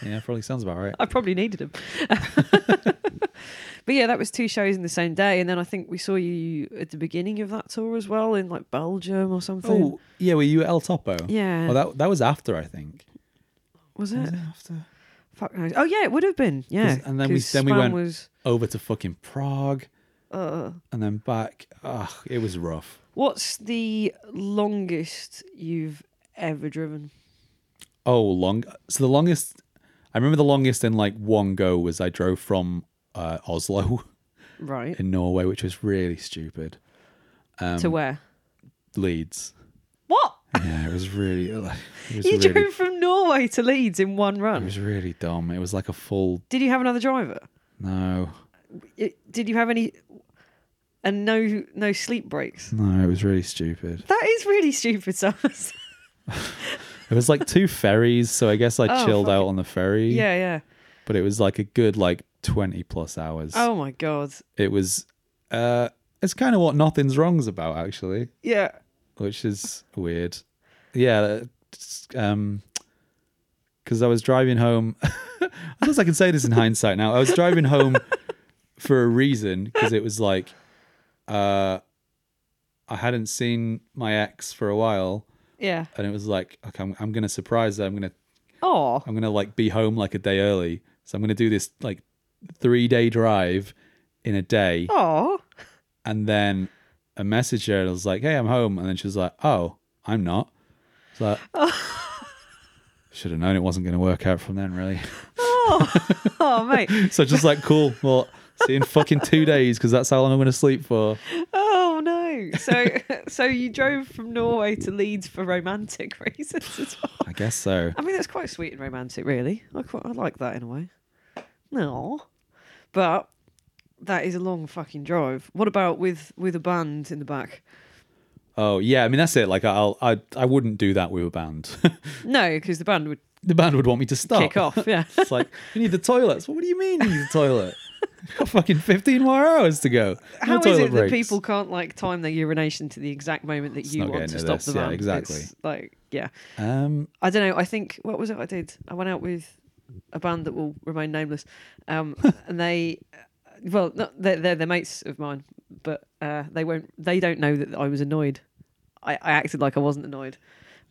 yeah probably sounds about right
I probably needed him. but yeah, that was two shows in the same day, and then I think we saw you at the beginning of that tour as well in like Belgium or something.
oh yeah were you at el topo
Yeah.
oh, that, that was after i think
was it?
after
Fuck knows. Oh yeah, it would have been. Yeah.
'Cause- and then we-
'cause
then we
Spam
went-
Was,
over to fucking prague
Uh-uh.
and then back Ugh, it was rough
what's the longest you've ever driven?
Oh, long. So the longest, I remember the longest in like one go was I drove from uh, Oslo
Right.
in Norway, which was really stupid. um,
to where?
Leeds.
What?
Yeah, it was really. It was
You
really.
drove from Norway to Leeds in one
It
run.
was really dumb. It was like a full
Did you have another driver?
no,
I- Did you have any? And no, no sleep breaks.
no. It was really stupid.
That is really stupid, Summers.
It was like two ferries, so I guess I
Oh,
chilled
fuck
out
it.
on the ferry.
yeah, yeah.
but it was like a good like twenty plus hours.
Oh my god.
It was. Uh, it's kind of what nothing's wrong's about actually.
Yeah.
which is weird. Yeah, it's, um, because I was driving home. I suppose I can say this in hindsight now. I was driving home for a reason because it was like, uh, I hadn't seen my ex for a while,
Yeah.
and it was like, okay, I'm, I'm gonna surprise her. I'm gonna
Oh.
I'm gonna like be home like a day early, so I'm gonna do this like three day drive in a day
Oh.
and then I messaged her and I was like, "Hey, I'm home," and then she was like, "Oh, I'm not." It's like, should have known it wasn't going to work out from then, really.
Oh, mate.
so just like, cool. Well, see you in fucking two days because that's how long I'm going to sleep for.
Oh no! So, so you drove from Norway to Leeds for romantic reasons as well.
I guess so.
I mean, that's quite sweet and romantic, really. I quite I like that in a way. No, but that is a long fucking drive. What about with with a band in the back?
Oh yeah, I mean that's it. Like I'll I I wouldn't do that. We were banned.
No, because the band would
the band would want me to stop.
kick off. Yeah.
Oh. It's like you need the toilets. Well, what do you mean you need the toilet? You've got fucking 15 more hours to go. No
How is
toilet
it that
breaks.
people can't like time their urination to the exact moment that you
not
want
get
to
into
stop
this.
the
Yeah,
band?
exactly.
It's like, yeah.
Um,
I don't know. I think what was it I did? I went out with a band that will remain nameless, um, and they, uh, well, not, they're, they're they're mates of mine, but uh, they won't. They don't know that I was annoyed. I, I acted like I wasn't annoyed,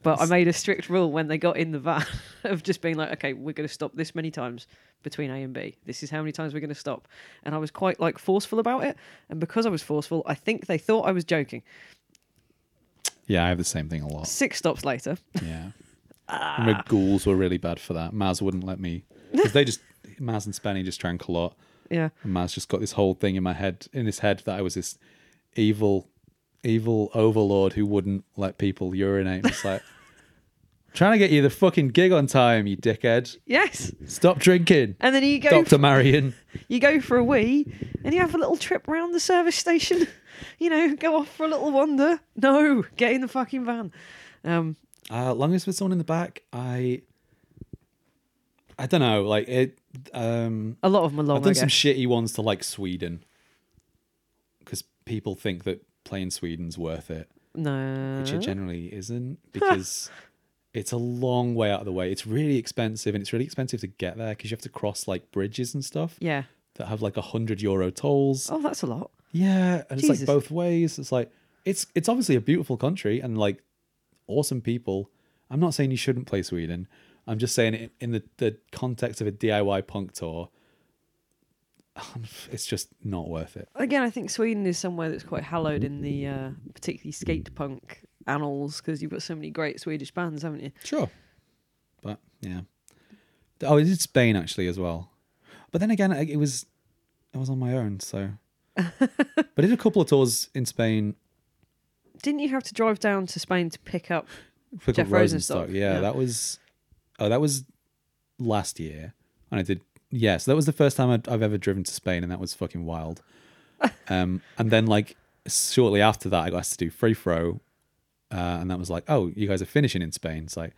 but I made a strict rule when they got in the van of just being like, okay, we're going to stop this many times between A and B. This is how many times we're going to stop, and I was quite like forceful about it. And because I was forceful, I think they thought I was joking.
yeah, I have the same thing a lot.
Six stops later,
Yeah. I remember ghouls were really bad for that. Maz wouldn't let me. Because they just, Maz and Spenny just drank a lot.
yeah.
And Maz just got this whole thing in my head, in his head, that I was this evil, evil overlord who wouldn't let people urinate. It's like, Trying to get you the fucking gig on time, you dickhead.
Yes.
Stop drinking.
And then you go
Dr. Marion.
you go for a wee and you have a little trip round the service station. You know, go off for a little wander. No, get in the fucking van. Um,
Uh, long as with someone in the back, I. I don't know. Like it. Um,
a lot of them are long,
I've done
I
some
guess.
shitty ones to like Sweden, because people think that playing Sweden's worth it,
no.
which it generally isn't, because it's a long way out of the way. It's really expensive, and it's really expensive to get there because you have to cross like bridges and stuff
Yeah.
that have like a hundred euro tolls.
Oh, that's a lot.
Yeah, and it's
Jesus.
like both ways. It's like it's it's obviously a beautiful country and like awesome people. I'm not saying you shouldn't play Sweden. I'm just saying in, in the the context of a DIY punk tour, um, it's just not worth it.
Again, I think Sweden is somewhere that's quite hallowed in the uh, particularly skate punk annals because you've got so many great Swedish bands, haven't you?
Sure, but yeah. Oh, it did Spain actually as well, but then again, it was it was on my own. So, but I did a couple of tours in Spain
Didn't you have to drive down to Spain to pick up?
Pickle
Jeff Rosenstock,
Yeah,
yeah.
that was oh, that was last year, and I did yeah. So that was the first time I'd, I've ever driven to Spain, and that was fucking wild. um, and then like shortly after that, I got asked to do free throw, uh, and that was like, oh, you guys are finishing in Spain. It's like,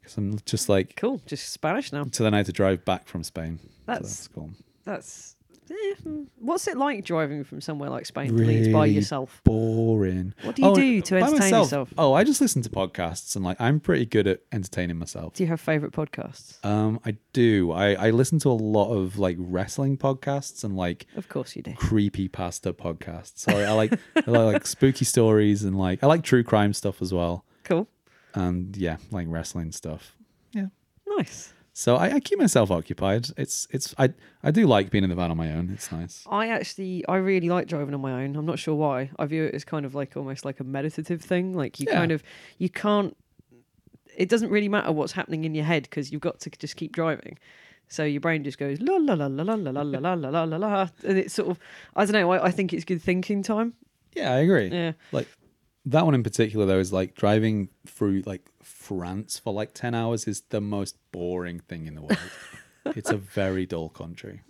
because I'm just like.
Cool, just Spanish now.
So then I had to drive back from Spain. So
That's-
that's cool.
That's. eh, hmm. What's it like driving from somewhere like Spain to Leeds by
Really
yourself?
Boring. Oh,
What do you do to
by
entertain
myself.
yourself?
Oh, I just listen to podcasts and like I'm pretty good at entertaining myself.
Do you have favourite podcasts?
Um, I do. I, I listen to a lot of like wrestling podcasts and like
Of course you do.
creepy pasta podcasts. So I, I like I like spooky stories and like I like true crime stuff as well.
Cool.
And yeah, like wrestling stuff. Yeah.
Nice.
So I, I keep myself occupied. It's it's I I do like being in the van on my own. It's nice.
I actually, I really like driving on my own. I'm not sure why. I view it as kind of like almost like a meditative thing. Like you
Yeah.
kind of, you can't. It doesn't really matter what's happening in your head because you've got to just keep driving. So your brain just goes la la la la la la la la la la la la, and it's sort of, I don't know. I, I think it's good thinking time.
Yeah, I agree.
Yeah.
Like that one in particular though is like driving through like France for like ten hours is the most boring thing in the world. it's a very dull country.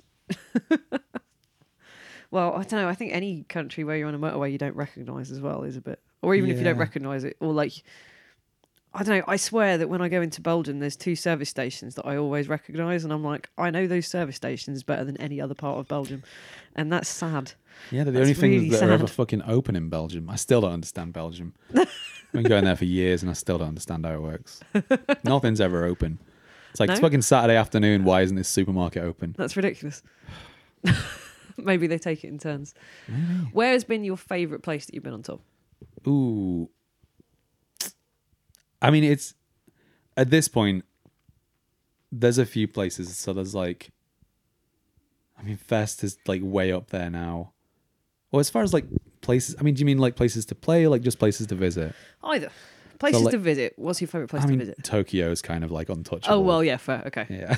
Well, I don't know. I think any country where you're on a motorway you don't recognise as well is a bit, or even if you don't
Yeah.
recognise it, or like, I don't know. I swear that when I go into Belgium, there's two service stations that I always recognise, and I'm like, I know those service stations better than any other part of Belgium, and that's sad.
Yeah, they're the
That's
only things
really
that are ever
sad.
fucking open in Belgium. I still don't understand Belgium. I've been going there for years and I still don't understand how it works. Nothing's ever open. It's like it's
No?
fucking Saturday afternoon. Why isn't this supermarket open?
That's ridiculous. Maybe they take it in turns. Where has been your favourite place that you've been on top?
Ooh. I mean, it's at this point, there's a few places. So there's like, I mean, Fest is like way up there now. Well, as far as like places, I mean, do you mean like places to play or like just places to visit?
Either places
like-
to visit. What's your favourite place
I
to
mean,
visit?
Tokyo's kind of like untouchable.
Oh well, yeah, fair. Okay,
Yeah.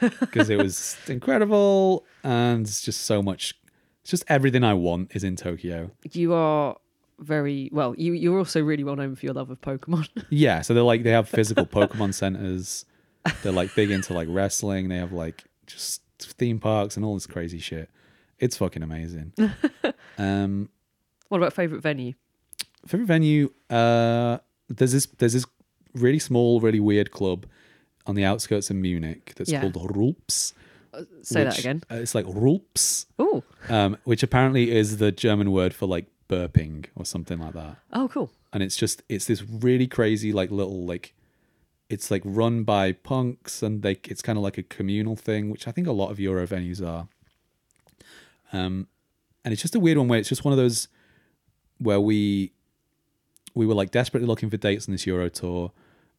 Because it was incredible and it's just so much. It's just everything I want is in Tokyo.
you are very well. You you're also really well known for your love of Pokemon.
Yeah. So they're like, they have physical Pokemon centers. They're like big into like wrestling. They have like just theme parks and all this crazy shit. It's fucking amazing. um,
What about favourite venue?
favorite venue uh there's this there's this really small really weird club on the outskirts of munich that's
Yeah.
called rulps
Say that again.
uh, it's like rulps
Oh,
um which apparently is the german word for like burping or something like that
oh, cool.
and it's just it's this really crazy like little like it's like run by punks and they it's kind of like a communal thing which i think a lot of euro venues are um and it's just a weird one where it's just one of those where we we were like desperately looking for dates on this euro tour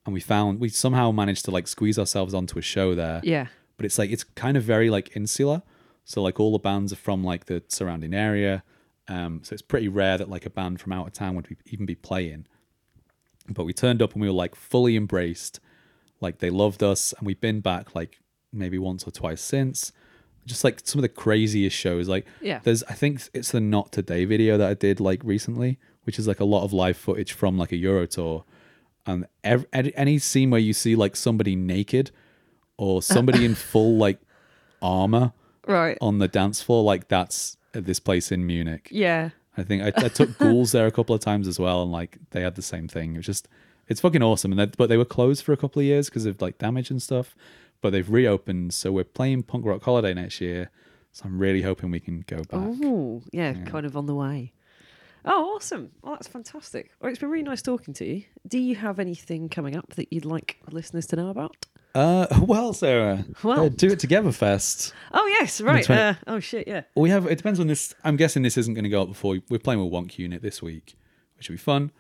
and we found we somehow managed to like squeeze ourselves onto a show there
Yeah,
but it's like it's kind of very like insular so like all the bands are from like the surrounding area um so it's pretty rare that like a band from out of town would be, even be playing but we turned up and we were like fully embraced like they loved us and we've been back like maybe once or twice since just like some of the craziest shows like
Yeah.
there's i think it's the not today video that i did like recently which is like a lot of live footage from like a euro tour and ev- any any scene where you see like somebody naked or somebody in full like armor
Right.
on the dance floor, like that's this place in Munich.
Yeah.
I think I, I took ghouls there a couple of times as well, and like they had the same thing. It was just it's fucking awesome. And they- but they were closed for a couple of years because of like damage and stuff. But they've reopened, so we're playing Punk Rock Holiday next year. So I'm really hoping we can go back.
Oh, yeah, kind of on the way. Oh, awesome. Well, that's fantastic. Well, it's been really nice talking to you. Do you have anything coming up that you'd like listeners to know about?
Uh, well, Sarah,
Well.
uh, do it together fest.
Oh, yes, right.
twenty-
Uh, oh, shit, yeah.
We have. It depends on this. I'm guessing this isn't going to go up before we, are playing with Wonk Unit this week, which will be fun.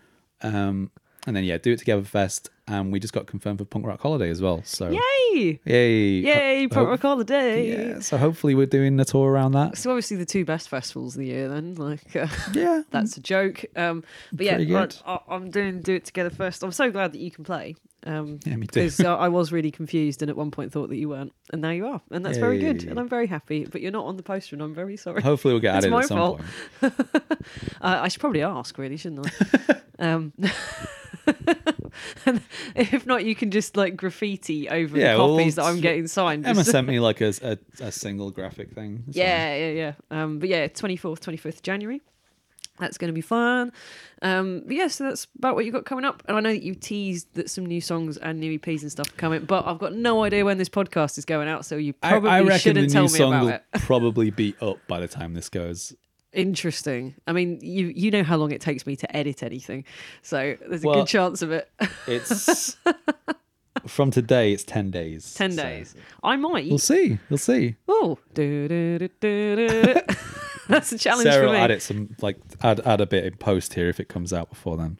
Um, and then yeah, do it together fest. And we just got confirmed for Punk Rock Holiday as well. So
Yay!
Yay!
Yay,
Ho-
Punk
hope-
Rock Holiday.
Yeah, so hopefully we're doing a tour around that.
So obviously the two best festivals of the year then, like... Uh...
Yeah.
That's a joke. Um, but yeah,
Pretty good.
I, I, am doing Do It Together first. I'm so glad that you can play. Um,
Yeah, me too.
Because uh, I was really confused and at one point thought that you weren't. And now you are. And that's very good.
Yay.
And I'm very happy. But you're not on the poster and I'm very sorry.
Hopefully we'll get
It's
added
my
at some
fault.
point.
Uh, I should probably ask, really, shouldn't I? um, and if not, you can just like graffiti over
Yeah,
the
well,
copies that I'm
s-
getting signed.
Emma
Just-
sent me like a, a, a single graphic thing. so-
Yeah, yeah, yeah. Um, but yeah, 24th, 25th January. That's going to be fun. Um, but yeah, so that's about what you got coming up. And I know that you teased that some new songs and new EPs and stuff are coming, but I've got no idea when this podcast is going out, so you
I,
probably
I reckon the
shouldn't tell
new
me
song
about
will
it.
probably be up by the time this goes.
Interesting. I mean, you you know how long it takes me to edit anything, so there's a
Well-
good chance of it.
It's from today. It's ten days.
Ten
so-
days. I might.
We'll see. We'll see.
Oh, do, do, do, do, do. that's a challenge
Sarah,
for
will
me.
add it some like add add a bit in post here if it comes out before then.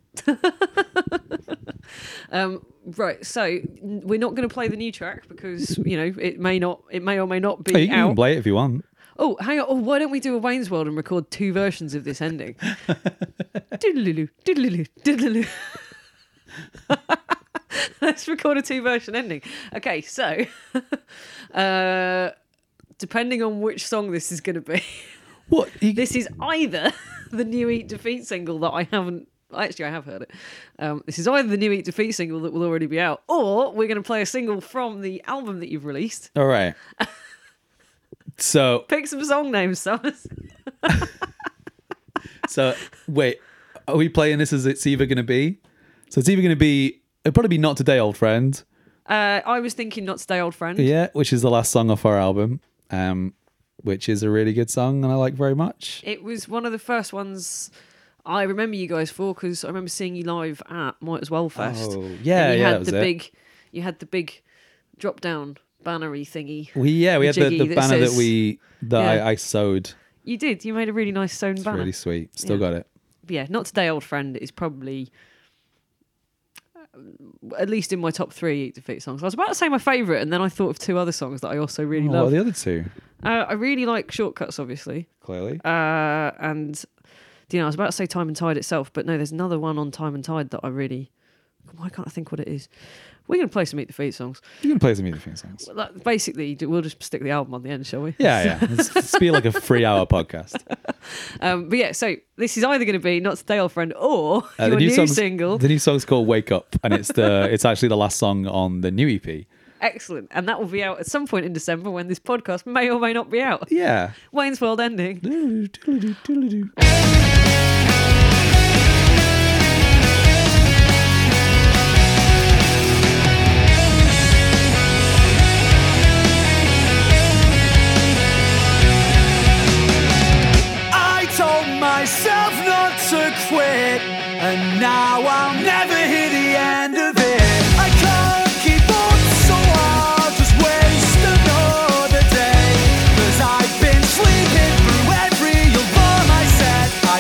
Um, right, so n- we're not going to play the new track because you know it may not, it may or may not be
But Oh, you can
out.
play it if you want.
oh, hang on! Oh, why don't we do a Wayne's World and record two versions of this ending? Doodaloo, doodaloo, doodaloo. Let's record a two-version ending. Okay, so uh, depending on which song this is going to be,
What? You,
this is either the new Eat Defeat single that I haven't. Actually, I have heard it. Um, this is either the new Eat Defeat single that will already be out, or we're going to play a single from the album that you've released.
all right. So
Pick some song names, Summers.
So wait, are we playing this as it's either going to be? So it's either going to be it'll probably be not today, old friend.
Uh, I was thinking not today, old friend.
Yeah, which is the last song off our album, um, which is a really good song and I like very much.
It was one of the first ones I remember you guys for because I remember seeing you live at Might as Well Fest.
Oh, yeah,
and you
yeah, that
Had
was
the
it.
big, you had the big drop down bannery thingy.
We yeah
The
we had the,
jiggy
the
that
banner
says-
that we that
Yeah.
I, I sewed.
You did. You made a really nice sewn
It's
banner.
really sweet. Still
Yeah.
got it.
yeah, not today, old friend is probably uh, at least in my top three Eat Defeat songs. I was about to say my favourite, and then I thought of two other songs that I also really
Oh, what are
love.
the other two?
uh, I really like Shortcuts, obviously,
Clearly,
uh, and you know I was about to say Time and Tide itself, but no, there's another one on Time and Tide that I really. Why can't I think what it is? We're gonna play some Eat Defeat songs.
you can play some music theme songs.
Well, that- Basically, we'll just stick the album on the end, shall we?
Yeah, yeah. It's, it's be like a three-hour podcast. Uh,
Um, but yeah, so this is either going to be not today, old friend, or
Uh,
your new,
song's-
single.
The new song's called "Wake Up," and it's the it's actually the last song on the new E EP.
Excellent. And that will be out at some point in December when this podcast may or may not be out.
Yeah.
Wayne's World ending.
Doodle-doo, doodle-doo.
I told myself not to quit, and now I'll never hear the end of it. I can't keep on, so I'll just waste another day. Cause I've been sleeping through every alarm I set. I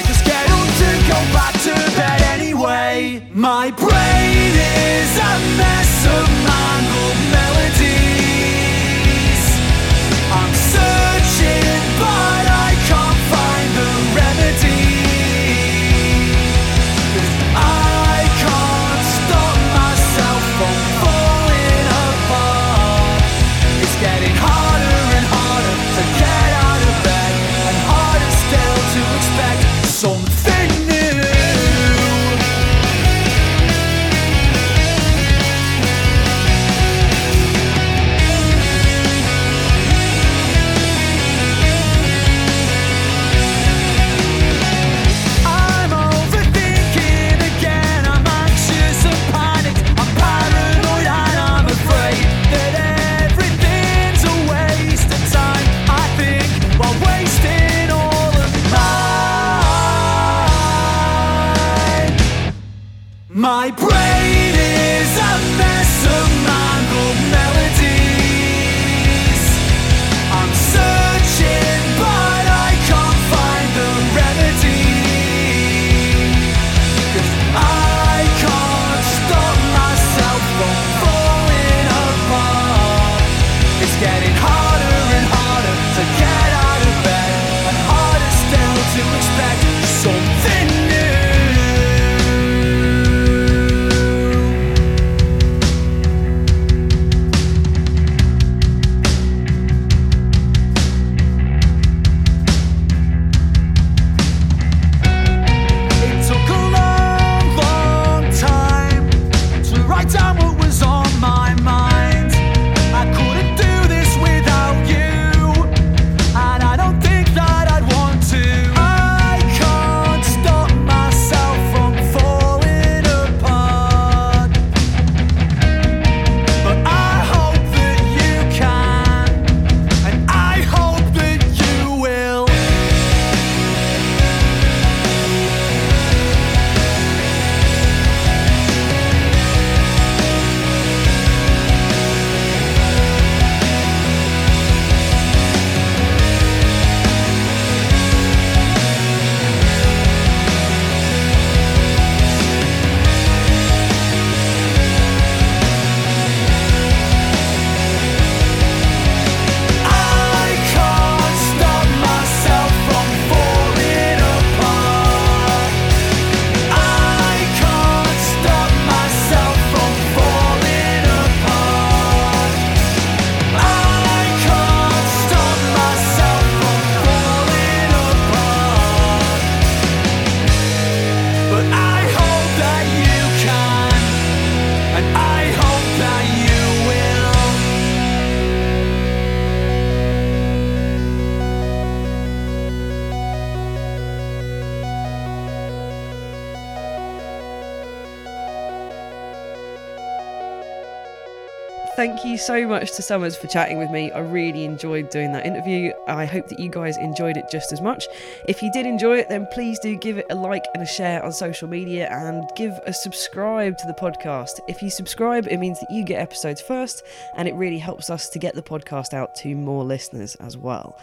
Thank you so much to Summers for chatting with me. I really enjoyed doing that interview. I hope that you guys enjoyed it just as much. If you did enjoy it, then please do give it a like and a share on social media and give a subscribe to the podcast. If you subscribe, it means that you get episodes first and it really helps us to get the podcast out to more listeners as well.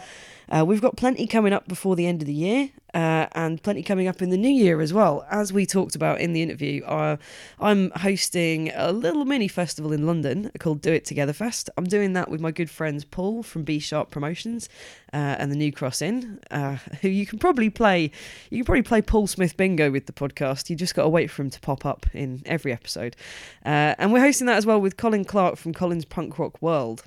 Uh, we've got plenty coming up before the end of the year, uh, and plenty coming up in the new year as well. As we talked about in the interview, uh, I'm hosting a little mini festival in London called Do It Together Fest. I'm doing that with my good friends Paul from B Sharp Promotions uh, and the New Cross Inn, uh, who you can probably play. You can probably play Paul Smith Bingo with the podcast. You just got to wait for him to pop up in every episode. Uh, and we're hosting that as well with Colin Clark from Colin's Punk Rock World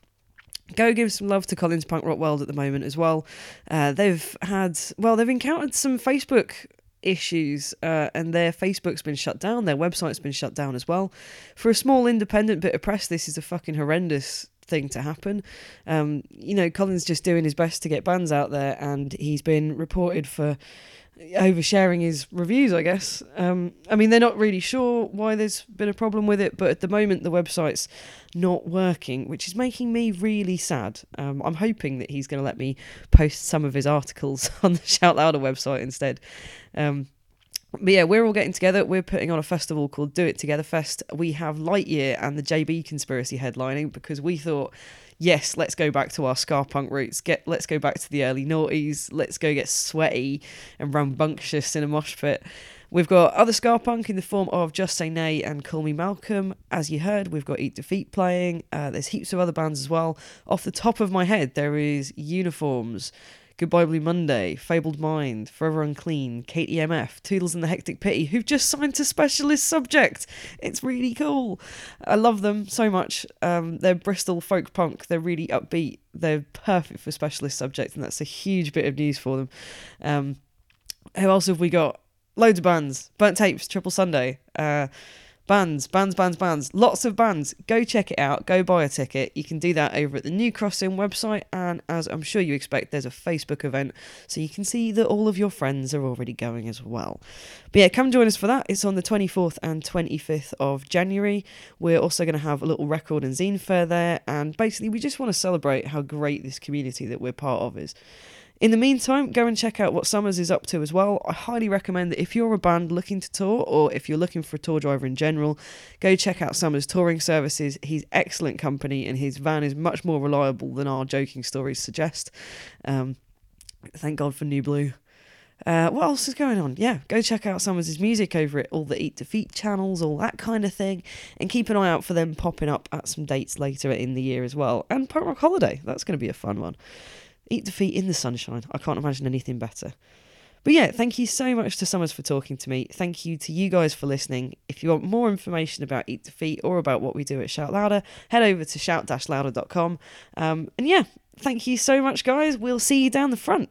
go give some love to Collins Punk Rock World at the moment as well. Uh, they've had, well, they've encountered some Facebook issues uh, and their Facebook's been shut down, their website's been shut down as well. For a small independent bit of press, this is a fucking horrendous thing to happen. Um, you know, Colin's just doing his best to get bands out there and he's been reported for oversharing his reviews, I guess. Um, I mean, they're not really sure why there's been a problem with it, but at the moment the website's not working, which is making me really sad. Um, I'm hoping that he's going to let me post some of his articles on the Shout Louder website instead. Um, but yeah, we're all getting together. We're putting on a festival called Do It Together Fest. We have Lightyear and the JB Conspiracy headlining because we thought, yes, let's go back to our ska punk roots. Get let's go back to the early noughties. Let's go get sweaty and rambunctious in a mosh pit. We've got other ska punk in the form of Just Say Nay and Call Me Malcolm. As you heard, we've got Eat Defeat playing. Uh, there's heaps of other bands as well. Off the top of my head, there is Uniforms. Goodbye Blue Monday, Fabled Mind, Forever Unclean, Kate EMF, Toodles and the Hectic Pity, who've just signed to Specialist Subject. It's really cool. I love them so much. Um, they're Bristol folk punk. They're really upbeat. They're perfect for Specialist Subject, and that's a huge bit of news for them. Um, who else have we got? Loads of bands. Burnt Tapes, Triple Sunday. Uh, bands, bands, bands, bands. Lots of bands. Go check it out. Go buy a ticket. You can do that over at the New Crossing website. And as I'm sure you expect, there's a Facebook event. So you can see that all of your friends are already going as well. But yeah, come join us for that. It's on the 24th and 25th of January. We're also going to have a little record and zine fair there. And basically, we just want to celebrate how great this community that we're part of is. In the meantime, go and check out what Summers is up to as well. I highly recommend that if you're a band looking to tour or if you're looking for a tour driver in general, go check out Summers Touring Services. He's excellent company and his van is much more reliable than our joking stories suggest. Um, thank God for New Blue. Uh, what else is going on? Yeah, go check out Summers' music over at all the Eat Defeat channels, all that kind of thing, and keep an eye out for them popping up at some dates later in the year as well. And Punk Rock Holiday, that's going to be a fun one. Eat defeat in the sunshine. I can't imagine anything better. But yeah, thank you so much to Summers for talking to me. Thank you to you guys for listening. If you want more information about Eat Defeat or about what we do at Shout Louder, head over to shout-louder.com. Um, and yeah, thank you so much, guys. We'll see you down the front.